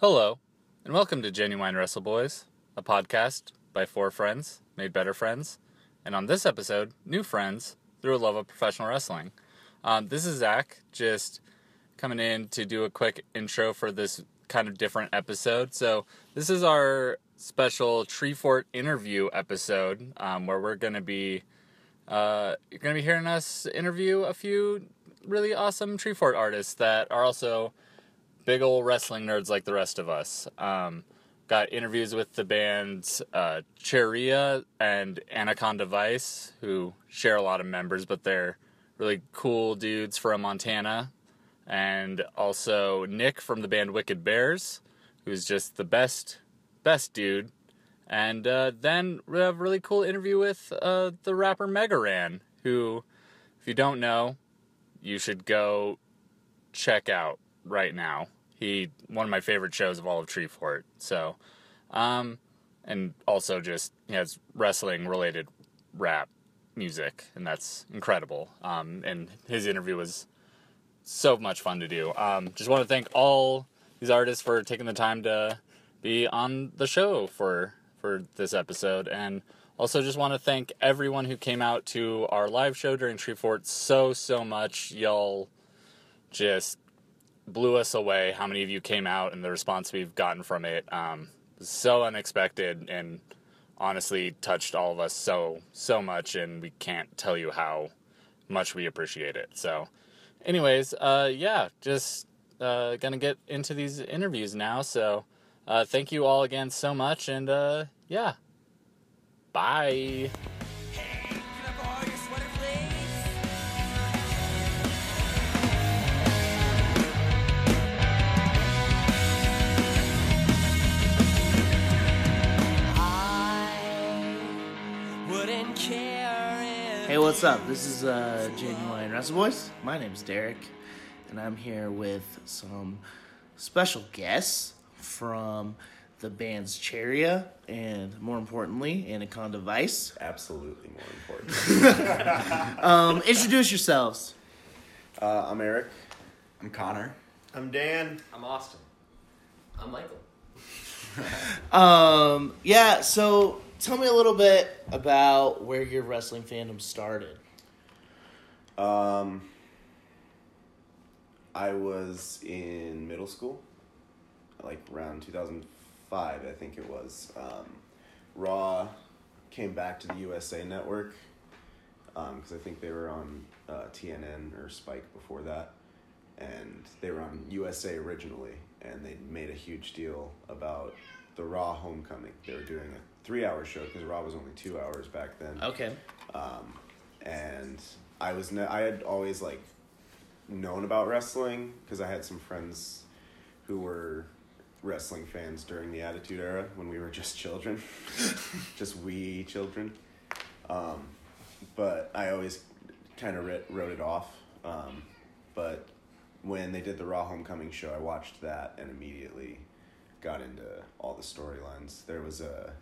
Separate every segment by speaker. Speaker 1: Hello, and welcome to Genuine Wrestle Boys, a podcast by four friends made better friends, and on this episode, new friends through a love of professional wrestling. Um, this is Zach, just coming in to do a quick intro for this kind of different episode. So, this is our special Tree Fort interview episode um, where we're going to be. Uh, you're going to be hearing us interview a few really awesome Tree Fort artists that are also big old wrestling nerds like the rest of us. Um, got interviews with the bands uh, Cheria and Anaconda Vice, who share a lot of members, but they're really cool dudes from Montana. And also Nick from the band Wicked Bears, who's just the best, best dude. And uh, then we have a really cool interview with uh, the rapper Megaran, who, if you don't know, you should go check out right now. He one of my favorite shows of all of Treefort. So, um, and also just he has wrestling related rap music, and that's incredible. Um, and his interview was so much fun to do. Um, just want to thank all these artists for taking the time to be on the show for for this episode, and also just want to thank everyone who came out to our live show during Treefort so so much. Y'all just blew us away how many of you came out and the response we've gotten from it um, was so unexpected and honestly touched all of us so so much and we can't tell you how much we appreciate it so anyways uh, yeah just uh, gonna get into these interviews now so uh, thank you all again so much and uh, yeah bye
Speaker 2: Hey, can I borrow your sweater, please? I wouldn't care if
Speaker 3: Hey, what's up? This is uh, Genuine Wrestle Boys. My name's Derek, and I'm here with some special guests from the bands Cheria and, more importantly, Anaconda Vice.
Speaker 4: Absolutely more important.
Speaker 3: Um, introduce yourselves.
Speaker 4: uh, I'm Eric.
Speaker 5: I'm Connor.
Speaker 4: I'm Dan.
Speaker 6: I'm Austin. I'm Michael.
Speaker 3: Um, yeah, so tell me a little bit about where your wrestling fandom started.
Speaker 4: Um, I was in middle school, like around 2005, I think it was. Um, Raw came back to the USA Network because I think they were on uh, TNN or Spike before that, and they were on USA originally, and they made a huge deal about the Raw Homecoming. They were doing a three-hour show because Raw was only two hours back then.
Speaker 3: Okay.
Speaker 4: Um, and I was ne- I had always like known about wrestling because I had some friends who were wrestling fans during the Attitude Era when we were just children, just wee children. Um, but I always kind of writ- wrote it off. Um, but when they did the Raw Homecoming show, I watched that and immediately got into all the storylines. There was a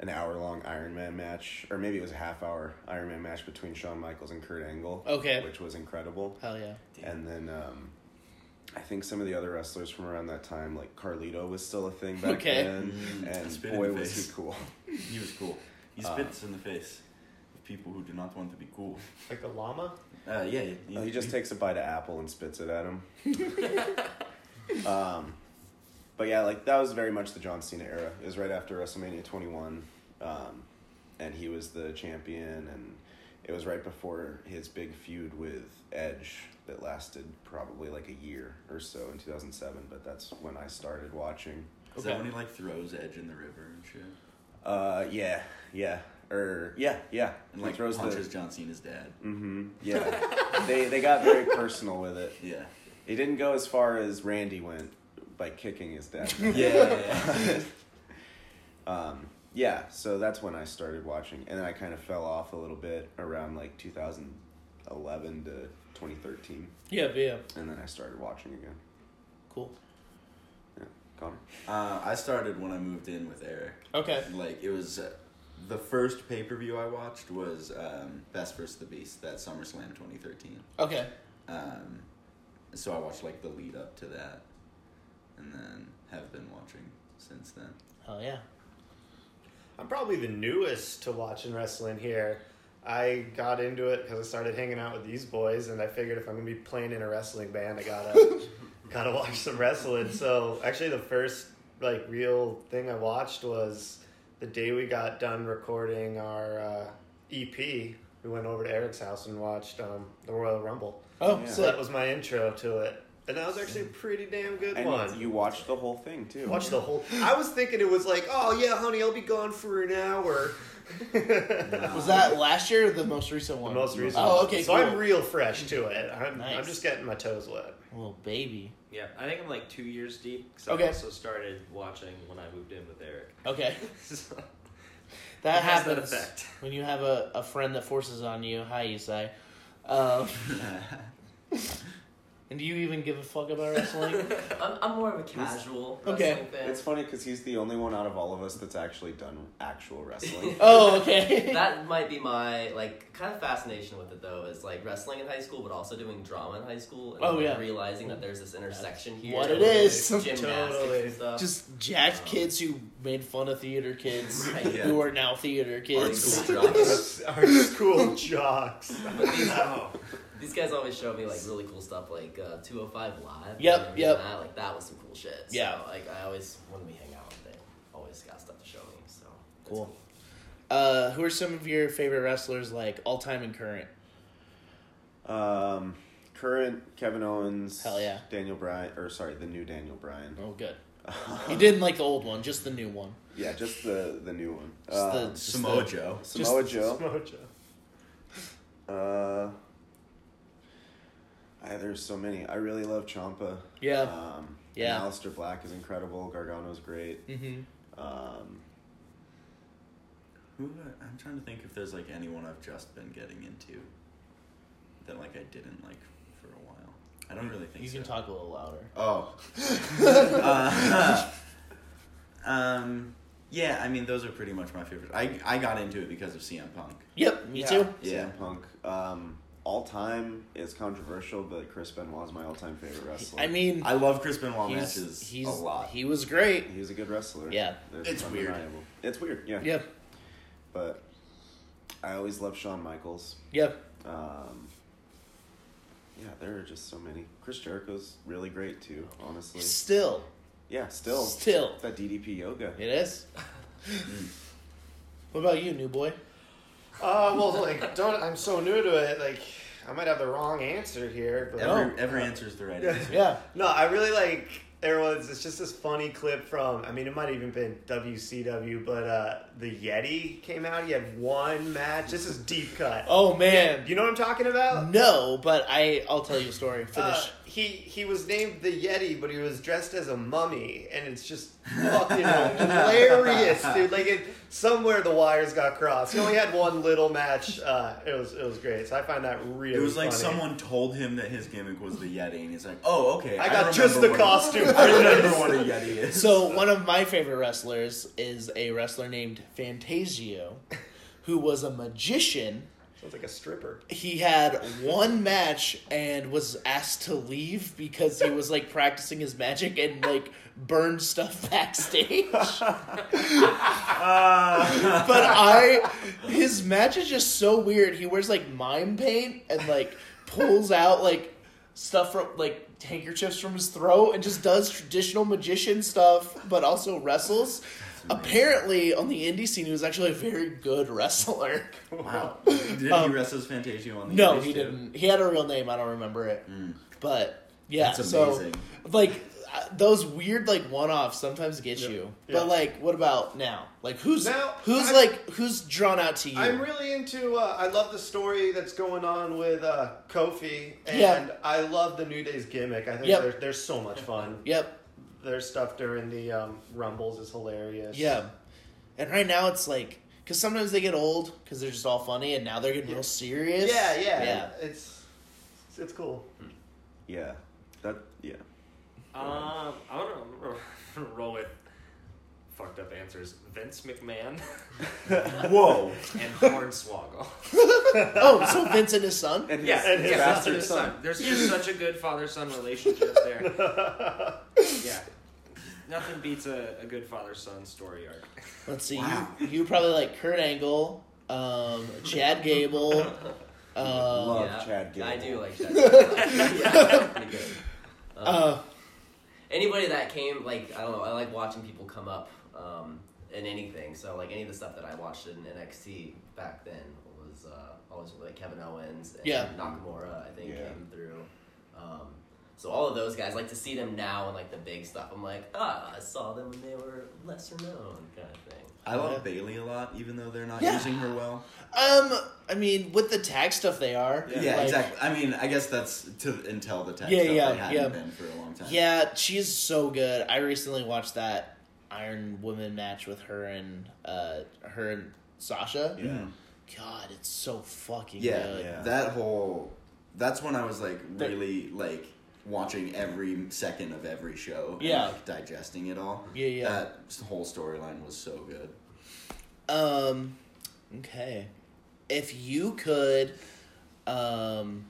Speaker 4: an hour long Iron Man match, or maybe it was a half hour Iron Man match between Shawn Michaels and Kurt Angle.
Speaker 3: Okay.
Speaker 4: Which was incredible.
Speaker 3: Hell yeah.
Speaker 4: And then um, I think some of the other wrestlers from around that time, like Carlito, was still a thing back
Speaker 3: Okay.
Speaker 4: then. And
Speaker 5: Mm. Spit in
Speaker 4: boy,
Speaker 5: the
Speaker 4: was he
Speaker 5: face.
Speaker 4: cool. Uh,
Speaker 5: He was cool. He spits in the face of people who do not want to be cool.
Speaker 6: Like a llama?
Speaker 5: Uh, yeah, he,
Speaker 4: Oh, He just takes a bite of apple and spits it at him. um, but yeah, like that was very much the John Cena era. It was right after WrestleMania 21, um, and he was the champion, and it was right before his big feud with Edge that lasted probably like a year or so in 2007. But that's when I started watching.
Speaker 5: Is that when he like throws Edge in the river and shit?
Speaker 4: Uh, yeah, yeah, or yeah, yeah.
Speaker 5: And
Speaker 4: He
Speaker 5: like
Speaker 4: throws the- Mm-hmm,
Speaker 5: punches John Cena's dad.
Speaker 4: yeah, they they got very personal with it.
Speaker 5: Yeah.
Speaker 4: It didn't go as far as Randy went by kicking his dad.
Speaker 5: Yeah.
Speaker 4: um, yeah, so that's when I started watching, and then I kind of fell off a little bit around like 2011 to 2013,
Speaker 3: Yeah, yeah.
Speaker 4: and then I started watching again.
Speaker 3: Cool.
Speaker 4: Yeah, Connor.
Speaker 5: uh, I started when I moved in with Eric.
Speaker 3: Okay.
Speaker 5: Like it was uh, the first pay per view I watched was um, Best vs the Beast that SummerSlam 2013.
Speaker 3: Okay.
Speaker 5: Um, so I watched like the lead up to that, and then have been watching since then.
Speaker 3: Oh yeah.
Speaker 7: I'm probably the newest to watching wrestling here. I got into it because I started hanging out with these boys, and I figured if I'm gonna be playing in a wrestling band, I gotta gotta watch some wrestling. So actually, the first like real thing I watched was the day we got done recording our uh, EP. We went over to Eric's house and watched um, the Royal Rumble.
Speaker 3: Oh,
Speaker 4: Yeah.
Speaker 7: So that was my intro to it, and that was actually a pretty damn good
Speaker 4: And
Speaker 7: one.
Speaker 4: you watched the whole thing too.
Speaker 7: Watch the whole. I was thinking it was like, oh yeah, honey, I'll be gone for an hour.
Speaker 3: was that last year or the most recent one?
Speaker 7: The most recent.
Speaker 3: Oh, okay.
Speaker 7: So
Speaker 3: cool.
Speaker 7: I'm real fresh to it. I'm, I'm
Speaker 3: Nice.
Speaker 7: just getting my toes wet.
Speaker 3: Well, baby.
Speaker 6: Yeah, I think I'm like two years deep. 'cause
Speaker 3: Okay.
Speaker 6: I also started watching when I moved in with Eric.
Speaker 3: Okay,
Speaker 6: So,
Speaker 3: that
Speaker 6: it has that
Speaker 3: happens
Speaker 6: effect.
Speaker 3: when you have a, a friend that forces on you. Hi, Isai. Um, and do you even give a fuck about wrestling?
Speaker 8: I'm, I'm more of a casual
Speaker 3: Okay.
Speaker 8: wrestling fan.
Speaker 4: It's funny because he's the only one out of all of us that's actually done actual wrestling.
Speaker 3: oh, okay.
Speaker 8: that might be my like kind of fascination with it though is like wrestling in high school but also doing drama in high school and
Speaker 3: Oh,
Speaker 8: like,
Speaker 3: yeah.
Speaker 8: realizing that there's this intersection here
Speaker 3: what it
Speaker 8: with
Speaker 3: is.
Speaker 8: gymnastics
Speaker 7: Totally.
Speaker 8: and stuff
Speaker 3: Just jacked kids who made fun of theater kids
Speaker 8: Right.
Speaker 5: Yeah.
Speaker 3: who are now theater kids.
Speaker 8: Art school drama.
Speaker 7: Our school jocks.
Speaker 8: these guys always show me like really cool stuff like uh, 205 live
Speaker 3: Yep,
Speaker 8: and everything
Speaker 3: yep.
Speaker 8: like that. like that was some cool shit So,
Speaker 3: Yeah.
Speaker 8: like I always when we hang out they always got stuff to show me so that's
Speaker 3: Cool. Uh, who are some of your favorite wrestlers, like all time and current?
Speaker 4: um, current Kevin Owens.
Speaker 3: Hell yeah.
Speaker 4: Daniel Bryan, or sorry, the new Daniel Bryan.
Speaker 3: Oh, good. You didn't like the old one, just the new one.
Speaker 4: Yeah, just the the new one.
Speaker 3: Just the-
Speaker 4: Um,
Speaker 3: just
Speaker 5: Samoa
Speaker 3: the-
Speaker 5: Joe.
Speaker 4: Samoa
Speaker 3: just-
Speaker 4: Joe.
Speaker 7: Mojo.
Speaker 4: Uh, I, there's so many. I really love Champa.
Speaker 3: Yeah.
Speaker 4: Um,
Speaker 3: Yeah.
Speaker 4: And Aleister Black is incredible. Gargano's great.
Speaker 3: Mm-hmm.
Speaker 4: Um,
Speaker 5: Who I'm trying to think if there's like anyone I've just been getting into that like I didn't like for a while. I don't really think
Speaker 3: You
Speaker 5: so.
Speaker 3: can talk a little louder.
Speaker 5: Oh. Uh, um. Yeah, I mean those are pretty much my favorites. I I got into it because of CM Punk.
Speaker 3: Yep, me
Speaker 4: yeah,
Speaker 3: too.
Speaker 5: Yeah.
Speaker 4: CM Punk. Um, all time is controversial, but Chris Benoit is my all time favorite wrestler.
Speaker 3: I mean,
Speaker 5: I love Chris Benoit
Speaker 3: he's,
Speaker 5: matches
Speaker 3: he's
Speaker 5: a lot.
Speaker 3: he was great.
Speaker 4: he was a good wrestler.
Speaker 3: Yeah.
Speaker 4: There's
Speaker 5: It's weird.
Speaker 4: undeniable. It's weird. Yeah.
Speaker 3: Yep,
Speaker 4: But I always loved Shawn Michaels.
Speaker 3: yep.
Speaker 4: Um, yeah, there are just so many. Chris Jericho's really great too. Honestly.
Speaker 3: Still,
Speaker 4: Yeah. Still.
Speaker 3: Still.
Speaker 4: That DDP yoga.
Speaker 3: it is. what about you, new boy?
Speaker 7: Uh, well, like, don't. I'm so new to it. Like, I might have the wrong answer here, but
Speaker 5: Every, every answer is the right
Speaker 7: Yeah.
Speaker 5: answer.
Speaker 3: Oh. Yeah.
Speaker 7: No, I really like everyone's. It's just this funny clip from. I mean, it might have even been WCW, but uh, the Yeti came out. He had one match. This is deep cut.
Speaker 3: Oh man.
Speaker 7: You know what I'm talking about?
Speaker 3: No, but I I'll tell you a story. Finish.
Speaker 7: Uh, he he was named the Yeti, but he was dressed as a mummy, and it's just fucking hilarious, dude. Like it, somewhere the wires got crossed. He only had one little match. Uh, it was it was great. So I find that really.
Speaker 5: It was like
Speaker 7: funny.
Speaker 5: someone told him that his gimmick was the Yeti, and he's like, "Oh, okay."
Speaker 7: I got
Speaker 5: remember
Speaker 7: just the
Speaker 5: what a-
Speaker 7: costume.
Speaker 5: I remember what a Yeti is.
Speaker 3: So one of my favorite wrestlers is a wrestler named Fantasio, who was a magician.
Speaker 7: Sounds like a stripper.
Speaker 3: He had one match and was asked to leave because he was like practicing his magic and like burned stuff backstage. but I, his match is just so weird. He wears like mime paint and like pulls out like stuff from like handkerchiefs from his throat and just does traditional magician stuff, but also wrestles. Apparently, on the indie scene, he was actually a very good wrestler.
Speaker 5: wow. Did not
Speaker 3: Um,
Speaker 5: he wrestle as Fantasio on the
Speaker 3: No,
Speaker 5: Yeti
Speaker 3: he
Speaker 5: too?
Speaker 3: didn't. He had a real name. I don't remember it. But yeah,
Speaker 5: That's
Speaker 3: so
Speaker 5: amazing.
Speaker 3: like uh, those weird like one-offs sometimes get you.
Speaker 7: Yeah.
Speaker 3: But like, what about now? Like, who's
Speaker 7: Now,
Speaker 3: who's
Speaker 7: I'm-
Speaker 3: like who's drawn out to you?
Speaker 7: I'm really into. Uh, I love the story that's going on with uh, Kofi, and
Speaker 3: Yeah.
Speaker 7: I love the New Day's gimmick. I think
Speaker 3: Yep.
Speaker 7: they're, they're so much fun.
Speaker 3: yep.
Speaker 7: Their stuff during the um, Rumbles is hilarious.
Speaker 3: Yeah. And right now it's like because sometimes they get old because they're just all funny, and now they're getting
Speaker 7: Yeah.
Speaker 3: real serious.
Speaker 7: yeah, yeah,
Speaker 3: yeah.
Speaker 7: It's it's cool.
Speaker 4: Yeah. That. Yeah.
Speaker 2: Um, I'm gonna ro- roll with fucked up answers. Vince McMahon
Speaker 5: Whoa.
Speaker 2: and Hornswoggle.
Speaker 3: Oh, so Vince and his son.
Speaker 4: And his,
Speaker 2: Yeah,
Speaker 4: and his
Speaker 2: yeah,
Speaker 4: bastard
Speaker 2: his
Speaker 4: son.
Speaker 2: There's just such a good father son relationship there. yeah.
Speaker 6: Nothing beats a, a good father son story arc.
Speaker 3: Let's see.
Speaker 5: Wow.
Speaker 3: You, you probably like Kurt Angle, um, Chad Gable. Um,
Speaker 4: Love Chad
Speaker 8: I
Speaker 4: Gable.
Speaker 8: do like Chad. Gable. yeah, pretty good. Um,
Speaker 3: uh,
Speaker 8: anybody that came, like I don't know, I like watching people come up um, in anything. So like any of the stuff that I watched in NXT back then was uh, always like Kevin Owens and
Speaker 3: Yeah.
Speaker 8: Nakamura. I think
Speaker 4: Yeah.
Speaker 8: came through. Um, so all of those guys, like to see them now and like the big stuff. I'm like, ah, I saw them when they were lesser known kind of thing.
Speaker 5: I love
Speaker 3: Yeah.
Speaker 5: Bailey a lot, even though they're not
Speaker 3: Yeah.
Speaker 5: using her well.
Speaker 3: um, I mean, with the tag stuff, they are.
Speaker 5: Yeah,
Speaker 3: Like,
Speaker 5: exactly. I mean, I guess that's to until the tech
Speaker 3: Yeah,
Speaker 5: stuff
Speaker 3: yeah,
Speaker 5: they hadn't
Speaker 3: yeah.
Speaker 5: been for a long time.
Speaker 3: Yeah, she's so good. I recently watched that Iron Woman match with her and uh, her and Sasha.
Speaker 5: Yeah.
Speaker 3: God, it's so fucking
Speaker 5: yeah,
Speaker 3: good.
Speaker 4: yeah.
Speaker 5: that whole that's when I was like
Speaker 3: The-
Speaker 5: really like watching every second of every show and,
Speaker 3: Yeah.
Speaker 5: like, digesting it all.
Speaker 3: Yeah, yeah.
Speaker 5: That s- whole storyline was so good.
Speaker 3: Um, okay. If you could, um,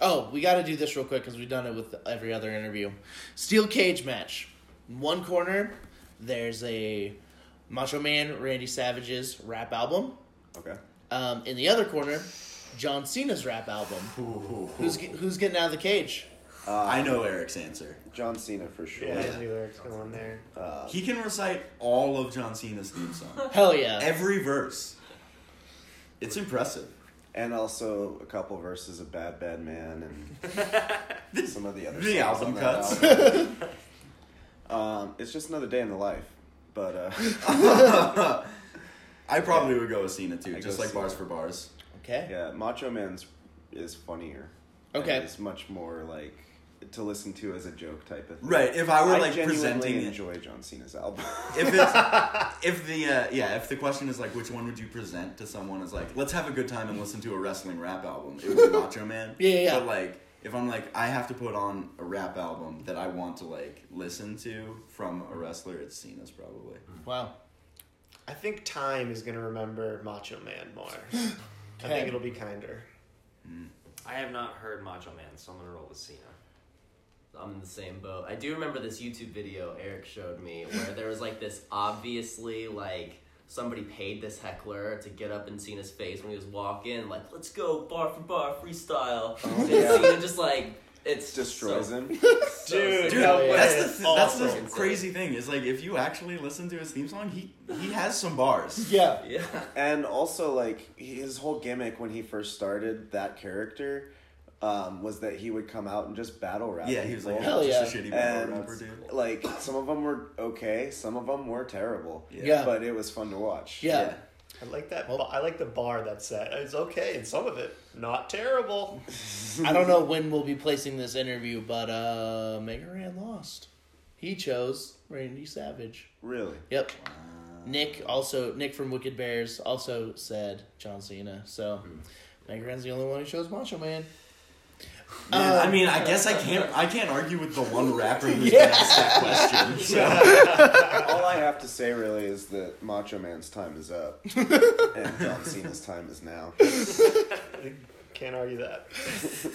Speaker 3: oh, we got to do this real quick because we've done it with every other interview. Steel cage match. In one corner, there's a Macho Man Randy Savage's rap album.
Speaker 4: Okay.
Speaker 3: Um, in the other corner, John Cena's rap album. Who's ge- who's getting out of the cage?
Speaker 4: Uh,
Speaker 5: I know Eric's answer.
Speaker 4: John Cena for sure.
Speaker 7: Yeah, I knew there was one there.
Speaker 4: Uh,
Speaker 5: He can recite all of John Cena's theme song.
Speaker 3: Hell yeah!
Speaker 5: Every verse. It's impressive.
Speaker 4: and also a couple verses of Bad Bad Man and some of the other
Speaker 5: The
Speaker 4: songs
Speaker 5: album
Speaker 4: on that
Speaker 5: cuts.
Speaker 4: album. um, it's just another day in the life, but uh,
Speaker 5: I probably would go with Cena too,
Speaker 4: I
Speaker 5: just
Speaker 4: go
Speaker 5: like bars
Speaker 4: Cena.
Speaker 5: for bars.
Speaker 3: Okay.
Speaker 4: yeah, Macho Man's is funnier.
Speaker 3: Okay.
Speaker 4: And it's much more like to listen to as a joke type of thing.
Speaker 5: Right. If I were
Speaker 4: I
Speaker 5: like
Speaker 4: genuinely
Speaker 5: presenting it,
Speaker 4: enjoy John Cena's album.
Speaker 5: if it's if the uh, yeah if the question is like which one would you present to someone is like let's have a good time and listen to a wrestling rap album it would be Macho Man
Speaker 3: Yeah, yeah, yeah.
Speaker 5: but like if I'm like I have to put on a rap album that I want to like listen to from a wrestler it's Cena's probably
Speaker 3: Wow.
Speaker 7: I think time is gonna remember Macho Man more. I
Speaker 3: Okay.
Speaker 7: think it'll be kinder.
Speaker 4: Hmm.
Speaker 6: I have not heard Macho Man, so I'm gonna roll with Cena.
Speaker 8: I'm in the same boat. I do remember this YouTube video Eric showed me where there was like this obviously like somebody paid this heckler to get up in Cena's face when he was walking, like let's go bar for bar freestyle.
Speaker 5: Oh,
Speaker 8: and
Speaker 4: yeah.
Speaker 8: Cena just like it's
Speaker 4: Destroys
Speaker 8: so,
Speaker 4: him.
Speaker 8: so
Speaker 7: Dude,
Speaker 8: stupid.
Speaker 7: no way.
Speaker 5: that's the th- that's the
Speaker 8: Awesome.
Speaker 5: crazy thing is like if you actually listen to his theme song he he has some bars
Speaker 3: Yeah.
Speaker 8: yeah.
Speaker 4: And also, like his whole gimmick when he first started that character um, was that he would come out and just battle rap.
Speaker 5: yeah he was like
Speaker 4: people.
Speaker 3: Hell
Speaker 5: just
Speaker 3: yeah.
Speaker 5: a shitty
Speaker 4: and
Speaker 5: rapper dude
Speaker 4: like some of them were okay, some of them were terrible.
Speaker 3: Yeah.
Speaker 4: but it was fun to watch.
Speaker 3: Yeah.
Speaker 7: I like that. ba- I like the bar that's set. It's okay, and some of it not terrible.
Speaker 3: I don't know when we'll be placing this interview, but uh, Mega Ran lost. He chose Randy Savage.
Speaker 4: really.
Speaker 3: Yep. Nick also Nick from Wicked Bears also said John Cena. So
Speaker 4: Hmm.
Speaker 3: Mega Ran's the only one who chose Macho Man.
Speaker 5: Man,
Speaker 3: Uh,
Speaker 5: I mean, I guess I can't. I can't argue with the one rapper who's
Speaker 3: Yeah.
Speaker 5: been asked that question. So.
Speaker 4: All I have to say really is that Macho Man's time is up, and John Cena's time is now.
Speaker 7: Can't argue that.